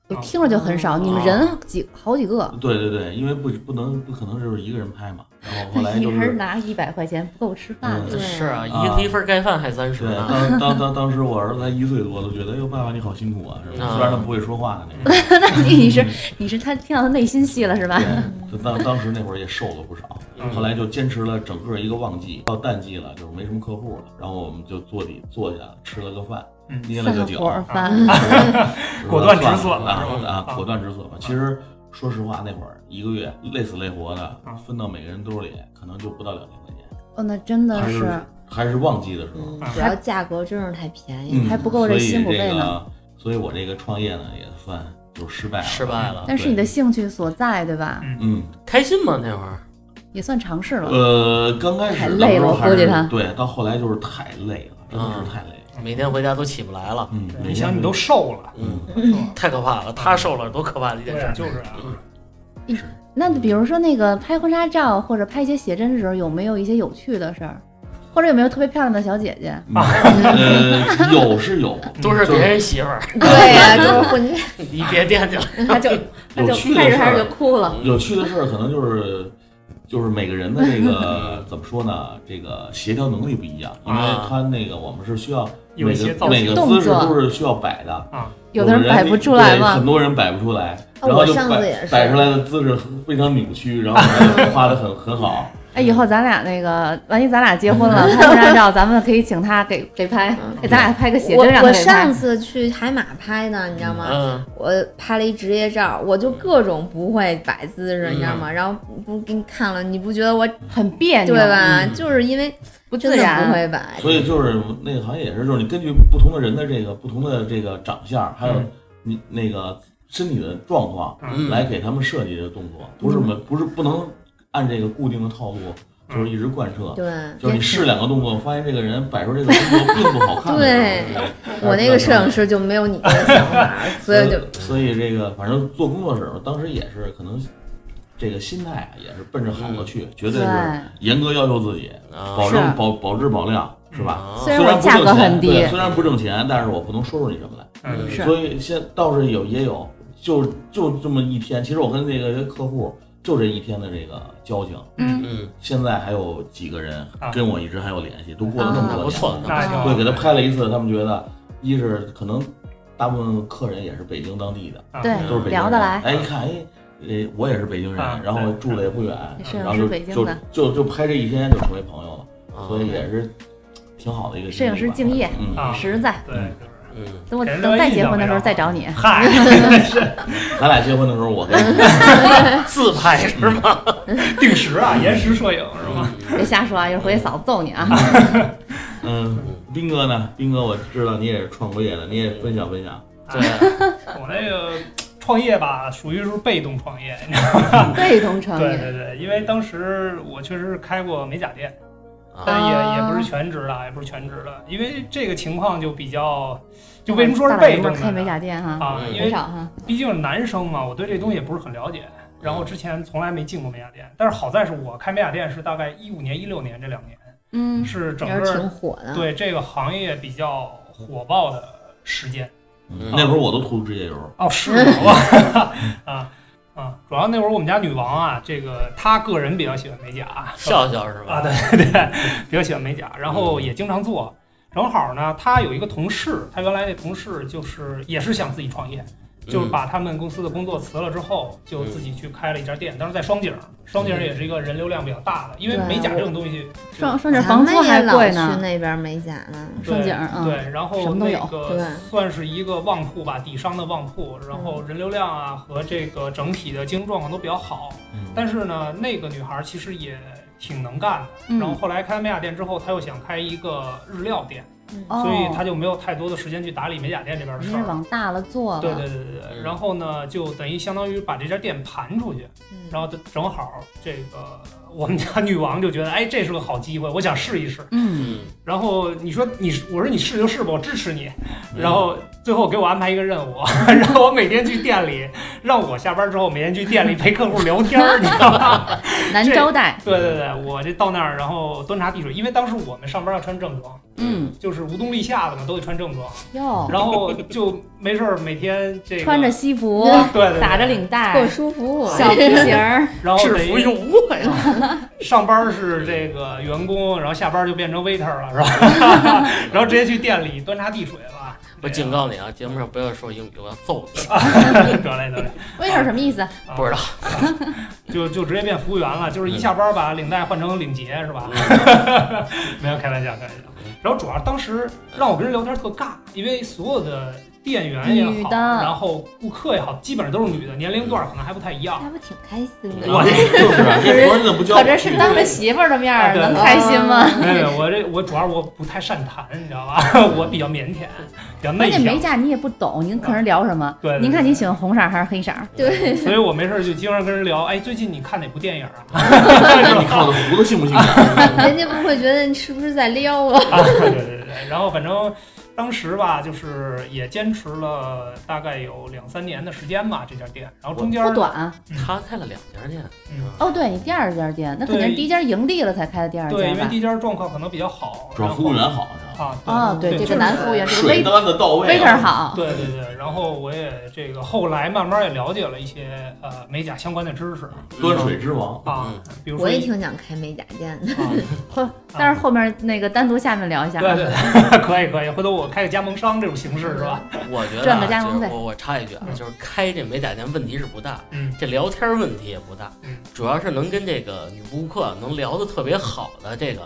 [SPEAKER 1] 我听着就很少，你们人几好几 个，
[SPEAKER 4] 对对对，因为不不能不可能就是一个人拍嘛，然后后来
[SPEAKER 1] 一
[SPEAKER 4] 就
[SPEAKER 1] 人
[SPEAKER 4] 是。
[SPEAKER 1] 拿一百块钱不够吃饭
[SPEAKER 4] 嗯
[SPEAKER 1] 的，
[SPEAKER 2] 是啊，一
[SPEAKER 4] 啊
[SPEAKER 2] 人一份盖饭还三十
[SPEAKER 4] 对，
[SPEAKER 2] 呢，
[SPEAKER 4] 当当当当时我儿子才一岁多，都觉得，哎呦，爸爸你好辛苦啊，是吧？
[SPEAKER 2] 啊
[SPEAKER 4] 虽然他不会说话的那种，
[SPEAKER 1] 那 你是你是他听到他内心戏了是吧？
[SPEAKER 4] 对，就当当时那会儿也瘦了不少，
[SPEAKER 2] 嗯
[SPEAKER 4] 后来就坚持了整个一个旺季，到淡季了就是没什么客户了，然后我们就坐底坐下吃了个饭，
[SPEAKER 3] 嗯
[SPEAKER 4] 捏了个
[SPEAKER 1] 散
[SPEAKER 4] 酒，
[SPEAKER 1] 伙儿饭，
[SPEAKER 4] 是吧
[SPEAKER 3] 果断止损了
[SPEAKER 4] 啊
[SPEAKER 3] 是吧
[SPEAKER 4] 啊，果断止损了。其实说实话，那会儿一个月累死累活的
[SPEAKER 3] 啊，
[SPEAKER 4] 分到每个人兜里可能就不到两千块钱，
[SPEAKER 1] 哦，那真的
[SPEAKER 4] 还
[SPEAKER 1] 是
[SPEAKER 4] 是还是旺季的时候
[SPEAKER 5] 嗯，，主要价格真是太便宜
[SPEAKER 4] 嗯
[SPEAKER 5] 了，
[SPEAKER 1] 还不够这
[SPEAKER 4] 所以
[SPEAKER 1] 辛苦
[SPEAKER 4] 这
[SPEAKER 1] 费呢
[SPEAKER 4] 个。所以我这个创业呢，也算就是失败了，
[SPEAKER 2] 失败了
[SPEAKER 1] 但是你的兴趣所在，对吧？
[SPEAKER 4] 嗯，
[SPEAKER 2] 开心吗？那会儿
[SPEAKER 1] 也算尝试了。
[SPEAKER 4] 呃，刚开始
[SPEAKER 1] 太
[SPEAKER 4] 的
[SPEAKER 1] 累
[SPEAKER 4] 时
[SPEAKER 1] 了
[SPEAKER 4] 候
[SPEAKER 1] 我
[SPEAKER 4] 还
[SPEAKER 1] 估计
[SPEAKER 4] 是
[SPEAKER 1] 他
[SPEAKER 4] 对，到后来就是太累了，真的是太累了。
[SPEAKER 2] 每天回家都起不来了，
[SPEAKER 4] 嗯，每
[SPEAKER 3] 你
[SPEAKER 4] 天
[SPEAKER 3] 想你都瘦了，
[SPEAKER 2] 嗯，
[SPEAKER 3] 是吧？
[SPEAKER 2] 太可怕了，他瘦了多可怕的一件
[SPEAKER 3] 对
[SPEAKER 2] 事
[SPEAKER 3] 啊，
[SPEAKER 2] 儿。
[SPEAKER 3] 就是啊，
[SPEAKER 1] 那比如说那个拍婚纱照或者拍一些写真的时候，有没有一些有趣的事儿，或者有没有特别漂亮的小姐姐？
[SPEAKER 4] 嗯呃，有是有，
[SPEAKER 2] 都是别人媳妇儿，
[SPEAKER 5] 对呀，就是混，
[SPEAKER 2] 你别惦记了。
[SPEAKER 5] 他就他
[SPEAKER 4] 有
[SPEAKER 5] 就
[SPEAKER 4] 趣的
[SPEAKER 5] 开始
[SPEAKER 4] 事
[SPEAKER 5] 开始
[SPEAKER 4] 儿
[SPEAKER 5] 就，哭了，
[SPEAKER 4] 有趣的事儿可能就是就是每个人的这个 怎么说呢？这个协调能力不一样，因为
[SPEAKER 2] 啊
[SPEAKER 4] 他那个我们是需要
[SPEAKER 3] 有一
[SPEAKER 4] 每
[SPEAKER 3] 些
[SPEAKER 4] 个
[SPEAKER 3] 造
[SPEAKER 4] 每
[SPEAKER 3] 型
[SPEAKER 4] 个
[SPEAKER 1] 动
[SPEAKER 4] 姿势
[SPEAKER 1] 作
[SPEAKER 4] 都是需要摆的，
[SPEAKER 1] 有的人摆不出来
[SPEAKER 4] 对很
[SPEAKER 1] 嘛，哦
[SPEAKER 4] 多人摆不出来，
[SPEAKER 5] 啊
[SPEAKER 4] 然后
[SPEAKER 5] 我
[SPEAKER 4] 就
[SPEAKER 5] 上次
[SPEAKER 4] 摆
[SPEAKER 5] 也是
[SPEAKER 4] 摆出来的姿势非常扭曲，然后画的很很好，
[SPEAKER 1] 哎，以后咱俩那个，万一咱俩结婚 了，拍婚纱照，咱们可以请他给给拍，给咱俩拍个写
[SPEAKER 5] 嗯我
[SPEAKER 1] 真，让他
[SPEAKER 5] 我
[SPEAKER 1] 给拍
[SPEAKER 5] 上。次去海马拍的，你知道吗？
[SPEAKER 2] 嗯，
[SPEAKER 5] 我拍了一职业照，我就各种不会摆姿势，
[SPEAKER 2] 嗯
[SPEAKER 5] 你知道吗？然后不给你看了，你不觉得我
[SPEAKER 1] 很别扭，
[SPEAKER 5] 对？吧？
[SPEAKER 2] 嗯
[SPEAKER 5] 就是因为
[SPEAKER 1] 不自
[SPEAKER 5] 真的不
[SPEAKER 1] 然。
[SPEAKER 5] 会摆，
[SPEAKER 4] 所以就是那个行业也是，就是你根据不同的人的这个不同的这个长相，还有
[SPEAKER 3] 嗯
[SPEAKER 4] 你那个身体的状况，
[SPEAKER 2] 嗯
[SPEAKER 4] 来给他们设计的动作，不是
[SPEAKER 5] 嗯
[SPEAKER 4] 没不是不能按这个固定的套路，就是一直贯彻。
[SPEAKER 5] 对。
[SPEAKER 4] 就是你试两个动作，发现这个人摆出这个动作并不好看的
[SPEAKER 5] 对
[SPEAKER 4] 时候。对
[SPEAKER 5] 我那个摄影师就没有你的想法，所以就
[SPEAKER 4] 所以这个反正做工作室，当时也是可能这个心态啊，也是奔着好
[SPEAKER 5] 嗯
[SPEAKER 4] 的去，绝对是严格要求自己，
[SPEAKER 2] 啊
[SPEAKER 4] 保
[SPEAKER 1] 是
[SPEAKER 4] 证保保质保量，是吧？
[SPEAKER 2] 啊
[SPEAKER 1] 虽
[SPEAKER 4] 虽
[SPEAKER 1] 然我
[SPEAKER 4] 然不挣
[SPEAKER 1] 价
[SPEAKER 4] 钱，
[SPEAKER 1] 格很低
[SPEAKER 4] 对，，虽然不挣钱，但是我不能说出你什么来。
[SPEAKER 3] 嗯
[SPEAKER 1] 是
[SPEAKER 4] 所以现倒是有也有，就就这么一天。其实我跟那个客户就这一天的这个交情，
[SPEAKER 1] 嗯，
[SPEAKER 2] 嗯，
[SPEAKER 4] 现在还有几个人
[SPEAKER 3] 啊
[SPEAKER 4] 跟我一直还有联系，都过了那么
[SPEAKER 1] 啊
[SPEAKER 2] 那
[SPEAKER 4] 多年了，
[SPEAKER 2] 不错，那
[SPEAKER 3] 那就
[SPEAKER 4] 对，给他拍了一次，他们觉得一是可能大部分客人也是北京当地的，
[SPEAKER 3] 啊
[SPEAKER 1] 对
[SPEAKER 4] 都是北京人
[SPEAKER 1] 聊得来
[SPEAKER 4] 哎，一看，哎，哎，我也是北京人，
[SPEAKER 3] 啊
[SPEAKER 4] 然后住的也不远，
[SPEAKER 1] 摄影
[SPEAKER 4] 然后
[SPEAKER 1] 师
[SPEAKER 4] 就
[SPEAKER 1] 北京
[SPEAKER 4] 就
[SPEAKER 1] 的，
[SPEAKER 4] 就就拍这一天就成为朋友了，
[SPEAKER 2] 啊
[SPEAKER 4] 所以也是挺好的一个
[SPEAKER 1] 摄影师敬
[SPEAKER 4] 经历
[SPEAKER 1] 业
[SPEAKER 4] 吧，嗯，
[SPEAKER 3] 啊，
[SPEAKER 1] 实在。
[SPEAKER 3] 对，就是
[SPEAKER 2] 嗯，
[SPEAKER 1] 等我等再结婚的时候再找你。
[SPEAKER 3] 嗨，
[SPEAKER 4] 咱俩结婚的时候我跟你
[SPEAKER 2] 自拍是吗？
[SPEAKER 3] 定时啊，延时摄影是吧？
[SPEAKER 1] 别瞎说啊，一会儿回去嫂子揍你啊！
[SPEAKER 4] 嗯，斌哥呢？斌哥，我知道你也是创过业的，你也分享分享。
[SPEAKER 2] 对，
[SPEAKER 4] 嗯
[SPEAKER 3] 我那个创业吧，属于是被动创业，你知道吗
[SPEAKER 1] 被动创
[SPEAKER 3] 对
[SPEAKER 1] 业，
[SPEAKER 3] 对对，因为当时我确实是开过美甲店，
[SPEAKER 2] 啊，
[SPEAKER 3] 但也
[SPEAKER 1] 啊
[SPEAKER 3] 也不是全职的，也不是全职的，因为这个情况就比较，
[SPEAKER 1] 就
[SPEAKER 3] 就为什么说是被动
[SPEAKER 1] 开美
[SPEAKER 3] 的呢
[SPEAKER 1] 甲店哈，
[SPEAKER 3] 啊？
[SPEAKER 2] 嗯
[SPEAKER 3] 因
[SPEAKER 1] 很
[SPEAKER 3] 为
[SPEAKER 1] 少哈。
[SPEAKER 3] 毕竟是男生嘛，我对这东西也不是很了解。然
[SPEAKER 2] 嗯
[SPEAKER 3] 后之前从来没进过美甲店，但是好在是我开美甲店是大概一五年、一六年这两年，
[SPEAKER 1] 嗯，
[SPEAKER 3] 是整
[SPEAKER 5] 也是
[SPEAKER 3] 个
[SPEAKER 5] 挺火
[SPEAKER 1] 啊
[SPEAKER 5] 的。
[SPEAKER 3] 对这个行业比较火爆的时间。
[SPEAKER 4] 嗯那会儿我都涂指甲油，
[SPEAKER 3] 哦， 是吗？ 啊啊，主要那会儿我们家女王啊，这个她个人比较喜欢美甲，
[SPEAKER 2] 笑笑是
[SPEAKER 3] 啊，
[SPEAKER 2] 吧？
[SPEAKER 3] 对 对对，比较喜欢美甲，然后也经常做。正好呢，他有一个同事，他原来那同事就是也是想自己创业，就是把他们公司的工作辞了之后，就自己去开了一家店，当时在双井，双井也是一个人流量比较大的，因为
[SPEAKER 5] 对
[SPEAKER 3] 美甲这种东西就，
[SPEAKER 1] 双双井
[SPEAKER 5] 咱
[SPEAKER 1] 房
[SPEAKER 5] 们
[SPEAKER 1] 租
[SPEAKER 5] 也
[SPEAKER 1] 还
[SPEAKER 5] 老
[SPEAKER 1] 贵
[SPEAKER 5] 去
[SPEAKER 1] 呢，
[SPEAKER 5] 那边美甲呢，
[SPEAKER 3] 对
[SPEAKER 1] 双井啊，嗯
[SPEAKER 3] 对，然
[SPEAKER 1] 什
[SPEAKER 3] 后
[SPEAKER 1] 么都
[SPEAKER 3] 那
[SPEAKER 1] 有
[SPEAKER 5] 对
[SPEAKER 3] 个算是一个旺铺吧，底商的旺铺，然
[SPEAKER 1] 嗯
[SPEAKER 3] 后人流量啊和这个整体的经营状况都比较好，
[SPEAKER 4] 嗯
[SPEAKER 3] 但是呢，那个女孩其实也挺能干的。然
[SPEAKER 1] 嗯，
[SPEAKER 3] 后后来开美甲店之后，她又想开一个日料店，
[SPEAKER 1] 哦，
[SPEAKER 3] 所以她就没有太多的时间去打理美甲店这边的
[SPEAKER 1] 你
[SPEAKER 3] 事
[SPEAKER 1] 是
[SPEAKER 3] 儿。
[SPEAKER 1] 往大了做了，
[SPEAKER 3] 对对对对对。
[SPEAKER 2] 嗯
[SPEAKER 3] 然后呢，就等于相当于把这家店盘出去，
[SPEAKER 5] 嗯
[SPEAKER 3] 然后正好这个我们家女王就觉得，哎，这是个好机会，我想试一试。
[SPEAKER 1] 嗯，
[SPEAKER 2] 嗯，
[SPEAKER 3] 然后你说你，我说你试就试吧，我支持你。然后最后给我安排一个任务， 让我每天去店里，让我下班之后每天去店里陪客户聊天儿，你知道吗？ 嗯
[SPEAKER 1] 难招待，
[SPEAKER 3] 对对对，我这到那儿，然后端茶递水，因为当时我们上班要穿正装，
[SPEAKER 1] 嗯
[SPEAKER 3] 就是无冬立夏的嘛，都得穿正装，
[SPEAKER 2] 哦
[SPEAKER 1] 哟，
[SPEAKER 3] 然后就没事儿每天这个啊
[SPEAKER 1] 穿着西服，
[SPEAKER 3] 对对对
[SPEAKER 1] 打着领
[SPEAKER 5] 特
[SPEAKER 1] 带，
[SPEAKER 5] 哎舒服。
[SPEAKER 1] 小皮鞋 儿，
[SPEAKER 3] 然后
[SPEAKER 2] 制
[SPEAKER 3] 等
[SPEAKER 2] 服
[SPEAKER 3] 于
[SPEAKER 2] 用我呀，
[SPEAKER 3] 上班是这个员工，然后下班就变成 waiter 了，是吧？ 然后直接去店里端茶递水 了。
[SPEAKER 2] 我警 告你啊，节目上不要说英语，我要揍你。
[SPEAKER 3] 得嘞得嘞，
[SPEAKER 1] 威尔什么意思？
[SPEAKER 3] 啊
[SPEAKER 2] 不知道，
[SPEAKER 3] 就就直接变服务员了，就是一下班把领带换成领结是吧？ 没有开玩笑，开玩笑。然后主要当时让我跟人聊天特尬，因为所有的店员也
[SPEAKER 1] 女
[SPEAKER 3] 好，
[SPEAKER 1] 的
[SPEAKER 3] 然后顾客也好，基本上都是女的，年龄段可能还不太一样。
[SPEAKER 5] 那不挺开心 的？
[SPEAKER 3] 我这
[SPEAKER 4] 就是啊，这活儿你怎么不教我
[SPEAKER 1] 可
[SPEAKER 4] 去？
[SPEAKER 1] 这是 当着媳妇儿的面
[SPEAKER 3] 啊
[SPEAKER 1] 儿
[SPEAKER 3] 对啊
[SPEAKER 1] 能
[SPEAKER 5] 对
[SPEAKER 1] 开心吗？
[SPEAKER 3] 没 有，我这我主要我不太善谈，你知道吧？ 我比较腼腆，比较
[SPEAKER 1] 关
[SPEAKER 3] 内
[SPEAKER 1] 键美
[SPEAKER 3] 向，啊
[SPEAKER 1] 甲你嗯也不懂，你跟客人聊什么？
[SPEAKER 3] 对对对
[SPEAKER 1] 您看你喜欢红色还是黑色？
[SPEAKER 5] 对，
[SPEAKER 3] 所以我没事儿就经常跟人聊，哎，最近你看哪部电影 啊？
[SPEAKER 4] 你看我的胡子信不信啊？
[SPEAKER 5] 人家不会觉得你是不是在撩 啊？
[SPEAKER 3] 啊，对对对对。然后反正当时吧，就是也坚持了大概有两三年的时间吧，这家店。然后中间
[SPEAKER 1] 不短啊
[SPEAKER 2] 他开了两家店，
[SPEAKER 3] 嗯
[SPEAKER 1] 哦，对你第二家店，那肯
[SPEAKER 3] 对
[SPEAKER 1] 定第一家盈利了才开的第二家
[SPEAKER 3] 对，因为
[SPEAKER 1] 吧
[SPEAKER 3] 第？一家状况可能比较好，
[SPEAKER 4] 主要服务员好，是吧
[SPEAKER 3] 啊
[SPEAKER 1] 啊，对，这
[SPEAKER 3] 就
[SPEAKER 1] 个
[SPEAKER 3] 是
[SPEAKER 1] 男服务员，这个
[SPEAKER 4] 水
[SPEAKER 1] waiter
[SPEAKER 4] 端的到位、
[SPEAKER 1] waiter
[SPEAKER 4] 啊。
[SPEAKER 1] 好，
[SPEAKER 3] 对对对，然后我也这个后来慢慢也了解了一些呃美甲相关的知识
[SPEAKER 4] 端水之王，
[SPEAKER 3] 啊，比如说
[SPEAKER 5] 我也挺想开美甲店的。
[SPEAKER 3] 啊
[SPEAKER 1] 后但是后面那个单独下面聊一下，啊
[SPEAKER 3] 对对对， 可以可以，回头我开个加盟商这种形式是吧？
[SPEAKER 2] 我觉得
[SPEAKER 1] 赚个
[SPEAKER 2] 啊，
[SPEAKER 1] 加
[SPEAKER 2] 就
[SPEAKER 1] 盟
[SPEAKER 2] 是
[SPEAKER 1] 费
[SPEAKER 2] 我我插一句啊，
[SPEAKER 3] 嗯
[SPEAKER 2] 就是开这美甲店问题是不大，
[SPEAKER 3] 嗯
[SPEAKER 2] 这聊天问题也不大
[SPEAKER 3] 嗯，
[SPEAKER 2] 主要是能跟这个女顾客能聊得特别好的这个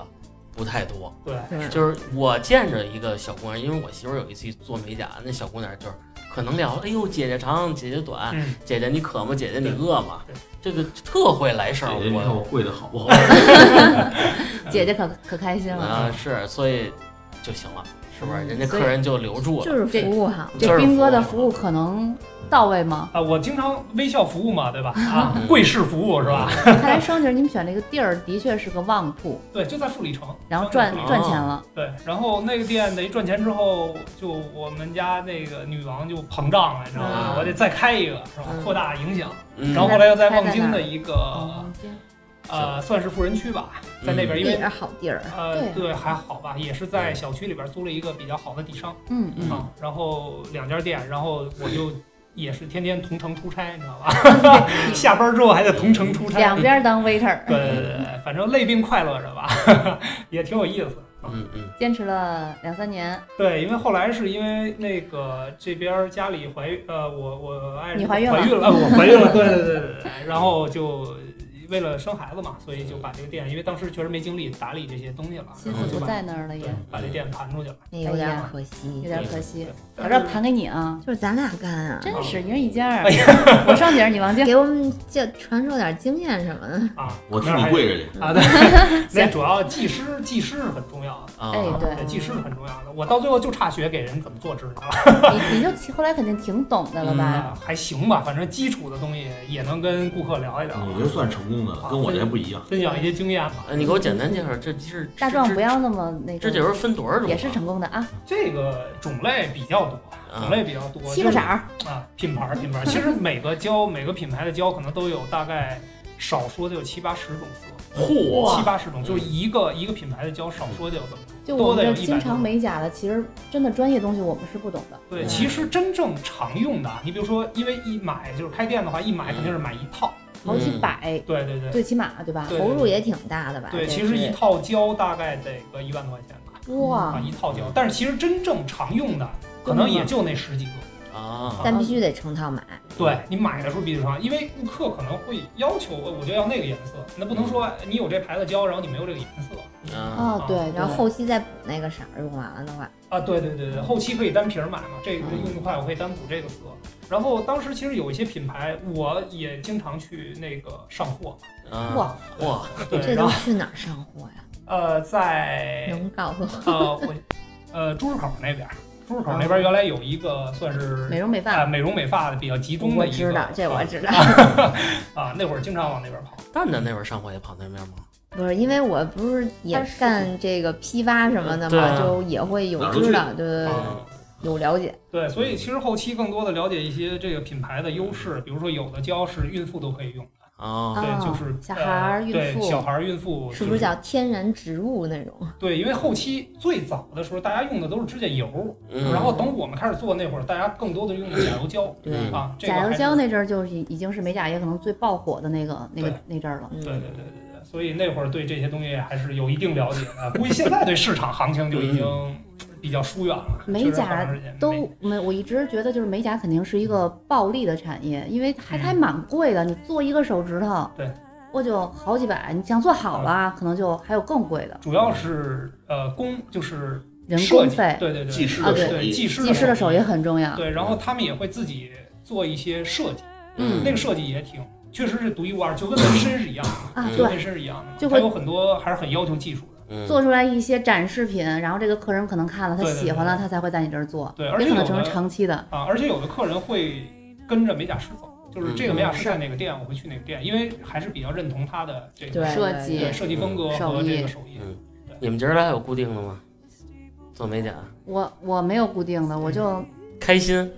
[SPEAKER 2] 不太多。
[SPEAKER 3] 对，
[SPEAKER 5] 对，
[SPEAKER 2] 就是我见着一个小姑娘，因为我媳妇儿有一次做美甲，那小姑娘就是可能聊，哎呦，姐姐长，姐姐短，
[SPEAKER 3] 嗯，
[SPEAKER 2] 姐姐你渴吗？姐姐你
[SPEAKER 3] 对
[SPEAKER 2] 饿吗
[SPEAKER 3] 对？
[SPEAKER 2] 这个特会来事儿，
[SPEAKER 4] 姐姐，你看我
[SPEAKER 2] 我
[SPEAKER 4] 跪的好 不好？
[SPEAKER 1] 姐姐可可开心了。
[SPEAKER 2] 啊是，所以就行了，是不是？
[SPEAKER 5] 嗯
[SPEAKER 2] 人家
[SPEAKER 5] 所以
[SPEAKER 2] 客人就留住了。
[SPEAKER 5] 就是服务好。
[SPEAKER 1] 这斌哥的服务可能到位 吗？
[SPEAKER 3] 啊，我经常微笑服务嘛，对吧？啊， 贵式服务是吧？
[SPEAKER 1] 看来生姐儿你们选这个地儿的确是个旺铺，
[SPEAKER 3] 对，就在富里城，
[SPEAKER 1] 然后
[SPEAKER 3] 就在
[SPEAKER 1] 赚
[SPEAKER 3] 富里城
[SPEAKER 1] 赚钱了，
[SPEAKER 3] 对，然后那个店得赚钱之后，就我们家那个女王就膨胀了，你知道吗？
[SPEAKER 2] 嗯
[SPEAKER 3] 我得再开一个，是吧？
[SPEAKER 5] 嗯
[SPEAKER 3] 扩大影响。
[SPEAKER 2] 嗯
[SPEAKER 3] 然后后来又在望
[SPEAKER 1] 开在
[SPEAKER 3] 京
[SPEAKER 1] 哪
[SPEAKER 3] 的
[SPEAKER 1] 儿
[SPEAKER 3] 一个、
[SPEAKER 1] 嗯
[SPEAKER 3] 呃，算是富人区吧，在那边，因
[SPEAKER 5] 地
[SPEAKER 3] 为
[SPEAKER 5] 儿好地儿，
[SPEAKER 3] 呃，
[SPEAKER 1] 对
[SPEAKER 3] 对，还好吧，也是在小区里边租了一个比较好的底商
[SPEAKER 1] 嗯嗯，
[SPEAKER 3] 啊，然后两家店，然后 我就也是天天同城出差，你知道吧？下班之后还得同城出差，
[SPEAKER 1] 两边当 waiter，
[SPEAKER 3] 对对对对，反正累并快乐着吧， 也挺有意思。啊
[SPEAKER 2] 嗯嗯
[SPEAKER 1] 坚持了两三年。
[SPEAKER 3] 对，因为后来是因为那个这边儿家里怀孕，呃，我我爱人
[SPEAKER 1] 你怀孕了
[SPEAKER 3] 怀孕了，我怀孕了，对对对对对，然后就为了生孩子嘛，所以就把这个店，因为当时确实没精力打理这些东西了，
[SPEAKER 1] 心
[SPEAKER 3] 然
[SPEAKER 1] 思
[SPEAKER 3] 后就
[SPEAKER 1] 不
[SPEAKER 3] 把
[SPEAKER 1] 在那儿了也，
[SPEAKER 3] 对把这店盘出去了。
[SPEAKER 5] 那
[SPEAKER 1] 哎
[SPEAKER 5] 有点
[SPEAKER 1] 呀
[SPEAKER 5] 可
[SPEAKER 1] 有
[SPEAKER 5] 惜。
[SPEAKER 1] 点可惜。
[SPEAKER 3] 但
[SPEAKER 1] 我
[SPEAKER 3] 是
[SPEAKER 1] 这盘给你啊，
[SPEAKER 5] 就是咱俩干啊，
[SPEAKER 1] 真是
[SPEAKER 3] 哦
[SPEAKER 1] 一人一家儿
[SPEAKER 3] 哎。
[SPEAKER 1] 我上姐儿，你王晶。
[SPEAKER 5] 给我们这传授点经验什么的。
[SPEAKER 3] 啊，
[SPEAKER 4] 我替
[SPEAKER 3] 那儿
[SPEAKER 4] 你
[SPEAKER 3] 还
[SPEAKER 4] 跪着
[SPEAKER 1] 嗯
[SPEAKER 4] 去。
[SPEAKER 3] 啊，对， 那主要技师技师是很重要的。
[SPEAKER 2] 啊，
[SPEAKER 1] 哎对
[SPEAKER 3] 啊技师是很重要的。我到最后就差学给人怎么做指甲了。
[SPEAKER 1] 你你就其后来肯定挺懂的了吧？
[SPEAKER 3] 啊，还行吧，反正基础的东西也能跟顾客聊一聊，
[SPEAKER 4] 你就算成功的了，跟我这不一样。
[SPEAKER 3] 分享一些经验吧。
[SPEAKER 2] 呃你给我简单介绍，这是
[SPEAKER 1] 大壮不要那么那个
[SPEAKER 2] 这这，就是分多少种？
[SPEAKER 1] 也是成功的啊。
[SPEAKER 3] 这个种类比较多，
[SPEAKER 2] 啊
[SPEAKER 4] 嗯
[SPEAKER 3] 种类比较多，
[SPEAKER 1] 七个色
[SPEAKER 3] 啥
[SPEAKER 1] 儿，
[SPEAKER 3] 啊，品牌儿品牌儿，其实每个胶每个品牌的胶可能都有大概少说得有七八十种色，
[SPEAKER 2] 嚯
[SPEAKER 3] 七八十种，就是一个一个品牌的胶少说得有这么多。
[SPEAKER 1] 就我们
[SPEAKER 3] 多的有
[SPEAKER 1] 这
[SPEAKER 3] 100
[SPEAKER 1] 经常美甲的，其实真的专业东西我们是不懂的。
[SPEAKER 3] 对，
[SPEAKER 2] 嗯
[SPEAKER 3] 其实真正常用的啊，你比如说，因为一买就是开店的话，一买肯定是买一套，
[SPEAKER 1] 好
[SPEAKER 2] 嗯
[SPEAKER 1] 几百，
[SPEAKER 3] 对对对
[SPEAKER 1] 最起码对吧？
[SPEAKER 3] 对
[SPEAKER 5] 投入也挺大的吧？
[SPEAKER 3] 对，
[SPEAKER 5] 这
[SPEAKER 3] 其实
[SPEAKER 5] 是
[SPEAKER 3] 一套胶大概得个一万多块钱吧，啊，
[SPEAKER 1] 哇，
[SPEAKER 3] 一套胶，但是其实真正常用的可能也就那十几个。
[SPEAKER 2] 啊，
[SPEAKER 5] 但必须得成套买。
[SPEAKER 3] 对你买的时候必须上，因为顾客可能会要求，呃我就要那个颜色，那不能说哎你有这牌子胶，然后你没有这个颜
[SPEAKER 2] 啊，
[SPEAKER 3] 色
[SPEAKER 1] 啊，对，
[SPEAKER 5] 然后
[SPEAKER 1] 对
[SPEAKER 5] 后期再补那个色儿，用完了的话，
[SPEAKER 3] 啊。对对对对，后期可以单瓶买嘛，这个
[SPEAKER 2] 嗯
[SPEAKER 3] 用的快，我可以单补这个色。然后当时其实有一些品牌，我也经常去那个上货，
[SPEAKER 1] 哇
[SPEAKER 2] 嗯哇，
[SPEAKER 3] 对，
[SPEAKER 5] 这
[SPEAKER 3] 然
[SPEAKER 5] 都
[SPEAKER 3] 后
[SPEAKER 5] 去哪儿上货呀？
[SPEAKER 3] 呃在
[SPEAKER 5] 能告诉我？
[SPEAKER 3] 呃 我呃朱市口那边儿，朱市口
[SPEAKER 5] 啊
[SPEAKER 3] 那边儿原来有一个算是
[SPEAKER 1] 美容美
[SPEAKER 3] 啊
[SPEAKER 1] 发，
[SPEAKER 3] 美容美发的比较集中
[SPEAKER 5] 我
[SPEAKER 3] 的一个，
[SPEAKER 5] 知道，这我
[SPEAKER 3] 啊
[SPEAKER 5] 知道。
[SPEAKER 3] 啊那会儿经常往那边跑，
[SPEAKER 2] 蛋蛋那会儿上火也跑那面吗？
[SPEAKER 5] 不是，因为我不是也干这个批发什么的
[SPEAKER 2] 对啊
[SPEAKER 5] 嘛，就也会有
[SPEAKER 4] 哪儿都
[SPEAKER 5] 知
[SPEAKER 4] 去
[SPEAKER 5] 道，对对对，
[SPEAKER 3] 啊。
[SPEAKER 5] 有了解。
[SPEAKER 3] 对，所以其实后期更多的了解一些这个品牌的优势，比如说有的胶是孕妇都可以用，
[SPEAKER 2] 啊，
[SPEAKER 3] 对，
[SPEAKER 1] 哦
[SPEAKER 3] 就是
[SPEAKER 1] 小孩儿
[SPEAKER 3] 呃
[SPEAKER 1] 孕
[SPEAKER 3] 对
[SPEAKER 1] 妇
[SPEAKER 3] 小孩儿孕妇
[SPEAKER 5] 是不
[SPEAKER 3] 就是
[SPEAKER 5] 叫天然植物那种？
[SPEAKER 3] 对？因为后期最早的时候，大家用的都是指甲油，
[SPEAKER 2] 嗯
[SPEAKER 3] 然后等我们开始做那会儿，大家更多的用的甲油胶
[SPEAKER 5] 对
[SPEAKER 2] 嗯
[SPEAKER 3] 啊，这个
[SPEAKER 1] 甲
[SPEAKER 3] 还
[SPEAKER 1] 油
[SPEAKER 3] 是
[SPEAKER 1] 胶那阵儿就是已已经是美甲业可能最爆火的那个那个那阵儿了。
[SPEAKER 5] 嗯
[SPEAKER 3] 对对对对对，所以那会儿对这些东西还是有一定了解的， 估计现在对市场行情就已经比较疏远了，
[SPEAKER 1] 美
[SPEAKER 3] 就是
[SPEAKER 1] 甲
[SPEAKER 3] 好长时间没
[SPEAKER 1] 都没，我一直觉得就是美甲肯定是一个暴利的产业，因为还还蛮贵的。你做一个手指头，
[SPEAKER 3] 嗯对，嗯
[SPEAKER 1] 我就好几百。你想做好了，可能就还有更贵的
[SPEAKER 3] 主要是呃工就是
[SPEAKER 1] 人
[SPEAKER 3] 设
[SPEAKER 1] 工
[SPEAKER 3] 计
[SPEAKER 1] 费。
[SPEAKER 3] 对对对，
[SPEAKER 4] 技师
[SPEAKER 1] 啊
[SPEAKER 4] 的
[SPEAKER 1] 对
[SPEAKER 4] 手
[SPEAKER 3] 对
[SPEAKER 4] 艺，
[SPEAKER 3] 技师
[SPEAKER 1] 技师的手
[SPEAKER 3] 手
[SPEAKER 1] 艺很重要，
[SPEAKER 3] 对，然后他们也会自己做一些设计，
[SPEAKER 2] 嗯
[SPEAKER 3] 那个设计也挺，确实是独一无二，就跟纹身是一样的，
[SPEAKER 1] 啊，
[SPEAKER 2] 嗯
[SPEAKER 3] 就
[SPEAKER 1] 对
[SPEAKER 3] 跟，纹身是一样的，
[SPEAKER 1] 就
[SPEAKER 3] 它
[SPEAKER 1] 会
[SPEAKER 3] 有很多还是很要求技术的。
[SPEAKER 2] 嗯
[SPEAKER 1] 做出来一些展示品，然后这个客人可能看了，他
[SPEAKER 3] 对对
[SPEAKER 1] 喜欢了，
[SPEAKER 3] 对
[SPEAKER 1] 他才会在你这儿做，
[SPEAKER 3] 对而且
[SPEAKER 1] 也可能
[SPEAKER 3] 有
[SPEAKER 1] 成
[SPEAKER 3] 的
[SPEAKER 1] 为长期的。
[SPEAKER 3] 啊，而且有的客人会跟着美甲师走，就是
[SPEAKER 2] 嗯
[SPEAKER 3] 这个美甲师在哪个店，我会去哪个店，因为还是比较认同他的这个
[SPEAKER 5] 对
[SPEAKER 1] 设
[SPEAKER 5] 对
[SPEAKER 1] 计
[SPEAKER 3] 对设计风格
[SPEAKER 1] 手
[SPEAKER 3] 和这
[SPEAKER 1] 艺
[SPEAKER 3] 个手艺。
[SPEAKER 2] 你们今儿来有固定的吗？做美甲
[SPEAKER 1] 我我没有固定的，我就
[SPEAKER 2] 开心，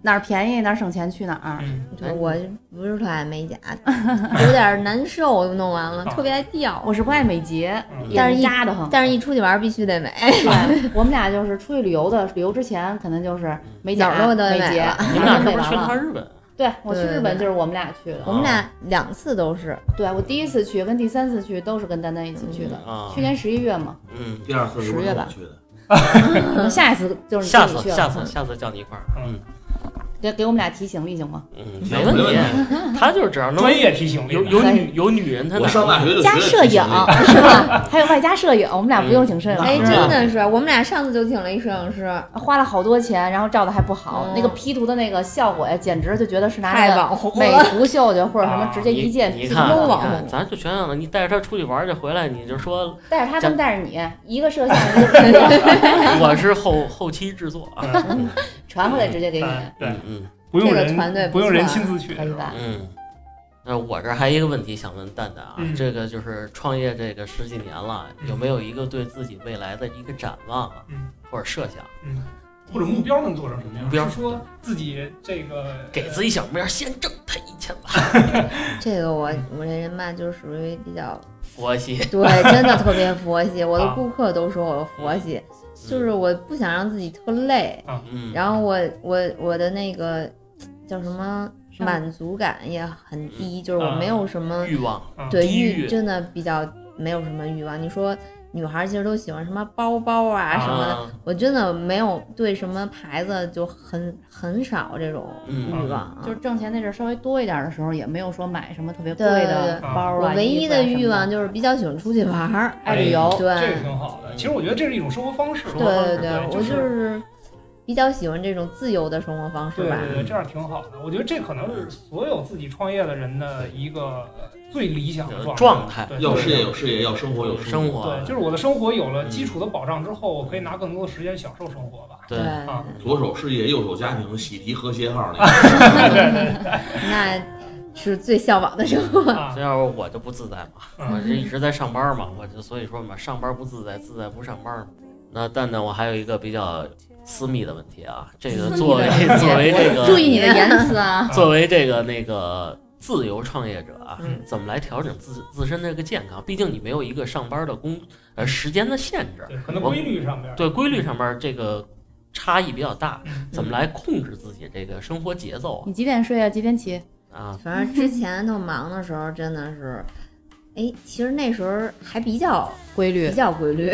[SPEAKER 1] 哪儿便宜哪儿省钱去哪儿。
[SPEAKER 3] 嗯，
[SPEAKER 5] 就我不是特爱美甲， 有点难受，弄完了特别爱掉。
[SPEAKER 1] 我是不爱美睫，
[SPEAKER 3] 嗯
[SPEAKER 1] 也
[SPEAKER 5] 但是一
[SPEAKER 1] 扎的很。
[SPEAKER 5] 但是一出去玩必须得美，
[SPEAKER 1] 对， 我们俩就是出去旅游的，旅游之前可能就是美甲、
[SPEAKER 5] 哪儿都得
[SPEAKER 1] 美
[SPEAKER 5] 美
[SPEAKER 1] 睫
[SPEAKER 5] 了，
[SPEAKER 2] 你们
[SPEAKER 1] 哪
[SPEAKER 2] 俩
[SPEAKER 1] 儿
[SPEAKER 2] 是
[SPEAKER 1] 都
[SPEAKER 2] 不
[SPEAKER 1] 啊美
[SPEAKER 2] 是去了
[SPEAKER 1] 完了。
[SPEAKER 2] 趟日本？啊
[SPEAKER 1] 对，我去
[SPEAKER 5] 对
[SPEAKER 1] 日本
[SPEAKER 5] 对
[SPEAKER 1] 就是我们俩去的。
[SPEAKER 5] 我们俩两次都是
[SPEAKER 1] 对我第一次去跟第三次去都是跟丹丹一起去的，
[SPEAKER 2] 啊
[SPEAKER 1] 去，年十一月 嘛。
[SPEAKER 2] 嗯，
[SPEAKER 4] 第二次是
[SPEAKER 1] 十月吧
[SPEAKER 4] 我去的，
[SPEAKER 1] 可能下一次就是你
[SPEAKER 2] 下
[SPEAKER 1] 自己
[SPEAKER 2] 次
[SPEAKER 1] 去了。
[SPEAKER 2] 下次下次叫你一块儿，嗯
[SPEAKER 1] 给给我们俩提醒力行吗？
[SPEAKER 2] 嗯，没问
[SPEAKER 4] 没
[SPEAKER 2] 题。 他就是只要能
[SPEAKER 3] 专业提醒力
[SPEAKER 2] 有有女有女人，他
[SPEAKER 4] 我
[SPEAKER 2] 哪
[SPEAKER 4] 上大学就学
[SPEAKER 1] 加
[SPEAKER 4] 的
[SPEAKER 1] 摄影
[SPEAKER 4] 这个
[SPEAKER 1] 是吧？还有外加摄影，我们俩不用请
[SPEAKER 2] 嗯
[SPEAKER 1] 摄影
[SPEAKER 5] 哎，
[SPEAKER 1] 师
[SPEAKER 5] 真
[SPEAKER 1] 了，
[SPEAKER 5] 的是，我们俩上次就请了一摄影师，
[SPEAKER 1] 花了好多钱，然后照的还不好，
[SPEAKER 5] 嗯
[SPEAKER 1] 那个 P 图的那个效果呀，简直就觉得是拿
[SPEAKER 5] 太
[SPEAKER 1] 那个
[SPEAKER 5] 网红
[SPEAKER 1] 美
[SPEAKER 5] 了。
[SPEAKER 1] 图秀秀或者什么直接一键
[SPEAKER 2] 啊你
[SPEAKER 1] P
[SPEAKER 2] 你
[SPEAKER 1] 图
[SPEAKER 2] 看，啊
[SPEAKER 5] 都
[SPEAKER 2] 你
[SPEAKER 5] 网
[SPEAKER 2] 看
[SPEAKER 5] 红
[SPEAKER 2] 咱就全想了，你带着他出去玩儿去，回来你就说
[SPEAKER 1] 带着他
[SPEAKER 2] 这
[SPEAKER 1] 跟带着你，一个摄像一 个拍摄，
[SPEAKER 2] 我是后后期制作啊，
[SPEAKER 3] 嗯
[SPEAKER 1] 传回来直接给你，
[SPEAKER 3] 对，
[SPEAKER 2] 嗯
[SPEAKER 3] 不用
[SPEAKER 5] 这个团队
[SPEAKER 3] 人
[SPEAKER 5] 不
[SPEAKER 3] 不用
[SPEAKER 5] 错
[SPEAKER 3] 人
[SPEAKER 5] 啊
[SPEAKER 3] 亲自去
[SPEAKER 1] 可，以吧？
[SPEAKER 2] 嗯。那我这儿还有一个问题想问蛋蛋啊，
[SPEAKER 3] 嗯
[SPEAKER 2] 这个就是创业这个十几年了，
[SPEAKER 3] 嗯
[SPEAKER 2] 有没有一个对自己未来的一个展望啊，
[SPEAKER 3] 嗯
[SPEAKER 2] 或者设想？
[SPEAKER 3] 嗯，或者目标能做成什么
[SPEAKER 2] 目标
[SPEAKER 3] 样？是说自己这个
[SPEAKER 2] 给自己小目标，先挣他一千万。
[SPEAKER 5] 这个我我这人吧，就是属于比较
[SPEAKER 2] 佛系，
[SPEAKER 5] 对，真的特别佛系。我的
[SPEAKER 3] 啊
[SPEAKER 5] 顾客都说我佛系，就是我不想让自己特累，
[SPEAKER 2] 嗯，
[SPEAKER 5] 然后我我我的那个叫什么
[SPEAKER 1] 上
[SPEAKER 5] 满足感也很低，就是我
[SPEAKER 3] 啊
[SPEAKER 5] 没有什么
[SPEAKER 2] 欲望，
[SPEAKER 5] 对
[SPEAKER 2] 低
[SPEAKER 5] 欲
[SPEAKER 2] 欲
[SPEAKER 5] 真的比较没有什么欲望。你说女孩其实都喜欢什么包包啊什么的，
[SPEAKER 2] 啊，
[SPEAKER 5] 我真的没有对什么牌子就很很少这种欲
[SPEAKER 2] 嗯，
[SPEAKER 5] 望啊。
[SPEAKER 1] 就是挣钱那阵儿稍微多一点的时候，也没有说买什么特别贵
[SPEAKER 5] 对
[SPEAKER 1] 的
[SPEAKER 5] 对
[SPEAKER 2] 嗯
[SPEAKER 3] 对
[SPEAKER 1] 包
[SPEAKER 5] 我
[SPEAKER 1] 啊。
[SPEAKER 5] 唯
[SPEAKER 1] 衣
[SPEAKER 5] 一
[SPEAKER 1] 服啊
[SPEAKER 5] 的
[SPEAKER 1] 什么
[SPEAKER 5] 欲望就是比较喜欢出去玩儿，
[SPEAKER 1] 爱旅游，
[SPEAKER 5] 对
[SPEAKER 3] 这个挺好的。其实我觉得这是一种生活方式，
[SPEAKER 2] 对
[SPEAKER 5] 对对对，
[SPEAKER 3] 对
[SPEAKER 5] 我
[SPEAKER 3] 就
[SPEAKER 5] 就是比较喜欢这种自由的生活方式
[SPEAKER 3] 对
[SPEAKER 5] 吧。
[SPEAKER 3] 对对，这样挺好的。我觉得这可能是所有自己创业的人的一个最理想的
[SPEAKER 2] 状态
[SPEAKER 3] 对
[SPEAKER 4] 要
[SPEAKER 3] 对
[SPEAKER 4] 事业有事业，要生活有
[SPEAKER 2] 生
[SPEAKER 4] 活，
[SPEAKER 2] 活啊
[SPEAKER 3] 对，就是我的生活有了基
[SPEAKER 2] 嗯
[SPEAKER 3] 础的保障之后，我可以拿更多的时间享受生活吧。
[SPEAKER 2] 对，
[SPEAKER 1] 嗯
[SPEAKER 3] 啊
[SPEAKER 4] 左手事业，右手家庭，喜提和谐 号那个。
[SPEAKER 5] 那是最向往的生活。
[SPEAKER 3] 啊
[SPEAKER 2] 这，要是我就不自在嘛，我这一直在上班嘛，我就所以说嘛，上班不自在，自在不上班嘛。那蛋蛋，我还有一个比较私密的问题啊，这个作为作为这
[SPEAKER 1] 注意你
[SPEAKER 2] 个
[SPEAKER 1] 的言辞啊！
[SPEAKER 2] 作为这个那个自由创业者啊
[SPEAKER 5] 嗯，
[SPEAKER 2] 怎么来调整自自身的这个健康？毕竟你没有一个上班的工呃时间的限制，
[SPEAKER 3] 对，可能规律上面，
[SPEAKER 2] 对规律上面这个差异比较大
[SPEAKER 3] 嗯，
[SPEAKER 2] 怎么来控制自己这个生活节奏
[SPEAKER 1] 你几点睡啊？几点起？
[SPEAKER 2] 啊？啊，
[SPEAKER 5] 反正之前特忙的时候，真的是，哎，其实那时候还比较
[SPEAKER 1] 规
[SPEAKER 5] 比
[SPEAKER 1] 律，
[SPEAKER 5] 较规律，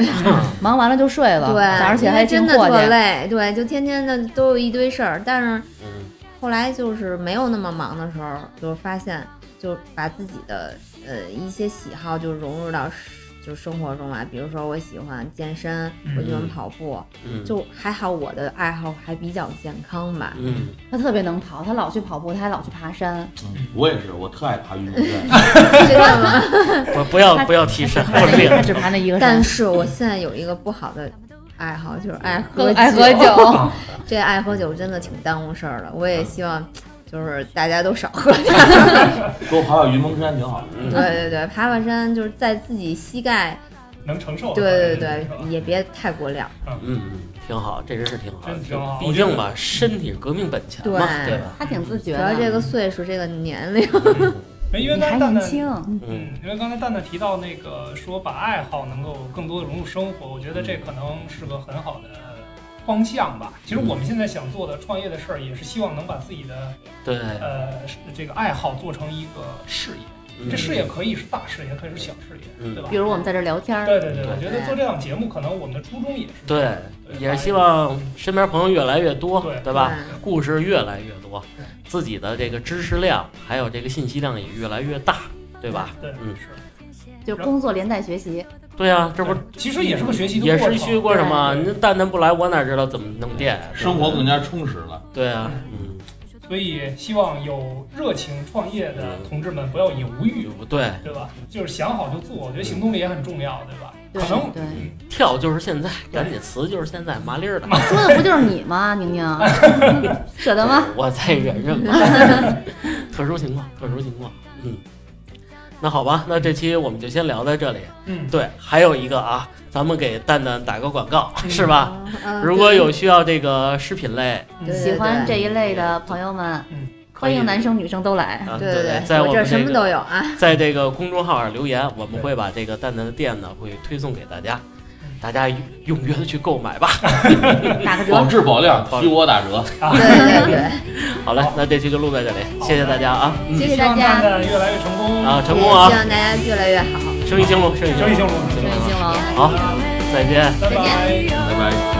[SPEAKER 1] 忙完了就睡了，
[SPEAKER 5] 对，
[SPEAKER 1] 早上起来
[SPEAKER 5] 因为
[SPEAKER 1] 还
[SPEAKER 5] 真
[SPEAKER 1] 进
[SPEAKER 5] 的
[SPEAKER 1] 货
[SPEAKER 5] 特
[SPEAKER 1] 去。
[SPEAKER 5] 累，对，就天天的都有一堆事儿。但是
[SPEAKER 2] 嗯，
[SPEAKER 5] 后来就是没有那么忙的时候，就发现就把自己的呃一些喜好就融入到就生活中来，比如说我喜欢健身，我喜欢
[SPEAKER 2] 嗯
[SPEAKER 5] 跑步，
[SPEAKER 2] 嗯
[SPEAKER 5] 就还好我的爱好还比较健康 吧。
[SPEAKER 2] 嗯，
[SPEAKER 1] 他特别能跑，他老去跑步，他还老去爬山。
[SPEAKER 4] 我也是，我特爱爬云梦山。
[SPEAKER 5] 这样吗？
[SPEAKER 2] 我不要不要 提神，
[SPEAKER 1] 他
[SPEAKER 2] 我
[SPEAKER 1] 只
[SPEAKER 2] 脸
[SPEAKER 1] 他只爬那一个山
[SPEAKER 5] 但，是我现在有一个不好的爱好，就是爱喝
[SPEAKER 1] 更爱喝
[SPEAKER 5] 酒。
[SPEAKER 1] 酒。
[SPEAKER 3] 啊
[SPEAKER 5] 这爱喝酒真的挺耽误事儿的。我也希望，就是大家都少喝点。
[SPEAKER 4] 给我爬爬云蒙山挺好的。
[SPEAKER 5] 对对对，爬爬山就是在自己膝盖，
[SPEAKER 3] 能承受。
[SPEAKER 5] 对对对，也别太过量。
[SPEAKER 2] 嗯，挺好，这真是挺好，
[SPEAKER 3] 真挺好
[SPEAKER 2] 毕竟
[SPEAKER 3] 嗯
[SPEAKER 2] 吧，身体是革命本钱嘛，
[SPEAKER 5] 对
[SPEAKER 2] 对吧？
[SPEAKER 1] 他挺自觉
[SPEAKER 5] 主要这
[SPEAKER 1] 的，
[SPEAKER 5] 个岁数，这个年龄，
[SPEAKER 3] 对，因为
[SPEAKER 1] 你
[SPEAKER 3] 刚才
[SPEAKER 1] 还
[SPEAKER 3] 蛋
[SPEAKER 1] 年
[SPEAKER 3] 蛋
[SPEAKER 1] 轻，
[SPEAKER 2] 嗯
[SPEAKER 3] 嗯，因为刚才蛋蛋提到那个说把爱好能够更多的融入生活，我觉得
[SPEAKER 2] 嗯
[SPEAKER 3] 这可能是个很好的方向吧。其实我
[SPEAKER 2] 嗯
[SPEAKER 3] 们现在想做的创业的事儿，也是希望能把自己的
[SPEAKER 2] 对，
[SPEAKER 3] 呃是这个爱好做成一个事业。
[SPEAKER 2] 嗯
[SPEAKER 3] 这事业可以是大事业，也可以是小事业，
[SPEAKER 2] 嗯
[SPEAKER 3] 对吧
[SPEAKER 1] 比？如我们在这聊天儿，
[SPEAKER 3] 对对对，我觉得做这档节目，可能我们的初衷也是这
[SPEAKER 2] 对
[SPEAKER 3] 样，
[SPEAKER 2] 也是希望身边朋友越来越多，
[SPEAKER 3] 对
[SPEAKER 2] 对吧？故事越来越多，自己的这个知识量还有这个信息量也越来越大，对吧？
[SPEAKER 3] 对，
[SPEAKER 2] 嗯
[SPEAKER 3] 是，
[SPEAKER 1] 就工作连带学习，
[SPEAKER 2] 对啊，这不
[SPEAKER 3] 对其实也是个学习的
[SPEAKER 2] 也
[SPEAKER 3] 过
[SPEAKER 2] 是
[SPEAKER 3] 程，
[SPEAKER 2] 虚过什么？
[SPEAKER 3] 对
[SPEAKER 2] 您蛋蛋不来，我哪知道怎么弄店啊？对吧
[SPEAKER 4] 生活更加充实了。
[SPEAKER 2] 对啊，嗯，
[SPEAKER 3] 所以希望有热情创业的同志们不要犹豫，
[SPEAKER 2] 不对，
[SPEAKER 3] 对吧？就是想好就做，我觉得行动力也很重要，对吧？
[SPEAKER 1] 对
[SPEAKER 3] 可能
[SPEAKER 1] 对，
[SPEAKER 2] 跳就是现在，赶紧辞就是现在，麻利儿的。
[SPEAKER 1] 说的不就是你吗？宁宁，舍得吗？
[SPEAKER 2] 我再忍忍吧。特殊情况，特殊情况。嗯，那好吧，那这期我们就先聊到这里。
[SPEAKER 3] 嗯，
[SPEAKER 2] 对，还有一个啊，咱们给蛋蛋打个广告，
[SPEAKER 3] 嗯
[SPEAKER 2] 是吧？
[SPEAKER 5] 嗯
[SPEAKER 2] 如果有需要这个食品类，
[SPEAKER 3] 嗯
[SPEAKER 5] 对
[SPEAKER 1] 喜欢这一类的朋友们，
[SPEAKER 2] 可
[SPEAKER 1] 欢
[SPEAKER 2] 以
[SPEAKER 1] 迎男生女生都来。
[SPEAKER 2] 啊，
[SPEAKER 5] 哎对
[SPEAKER 2] 对
[SPEAKER 5] 对
[SPEAKER 2] 在
[SPEAKER 5] 我这
[SPEAKER 2] 们
[SPEAKER 5] 儿什
[SPEAKER 2] 这
[SPEAKER 5] 么都
[SPEAKER 2] 个
[SPEAKER 5] 有啊。
[SPEAKER 2] 在这个公众号上留言，我们会把这个蛋蛋的店呢会推送给大家，
[SPEAKER 5] 嗯
[SPEAKER 2] 大家踊跃的去购买吧。
[SPEAKER 1] 打个折
[SPEAKER 4] 保，质保量，
[SPEAKER 2] 保
[SPEAKER 4] 提我打折。
[SPEAKER 5] 对 对对，
[SPEAKER 2] 好嘞，那这期就录在这里，谢谢大家啊，嗯
[SPEAKER 5] 谢谢
[SPEAKER 3] 希望
[SPEAKER 5] 大家
[SPEAKER 3] 蛋蛋越来越成功，
[SPEAKER 2] 啊，成
[SPEAKER 5] 也
[SPEAKER 2] 功啊
[SPEAKER 5] 希，望大家越来越好，
[SPEAKER 2] 生意兴隆，生意
[SPEAKER 3] 生意兴
[SPEAKER 2] 隆，
[SPEAKER 3] 隆，
[SPEAKER 5] 顺心
[SPEAKER 2] 兴隆，
[SPEAKER 5] 了。
[SPEAKER 2] 好，再见。
[SPEAKER 3] 拜拜。
[SPEAKER 4] 拜拜。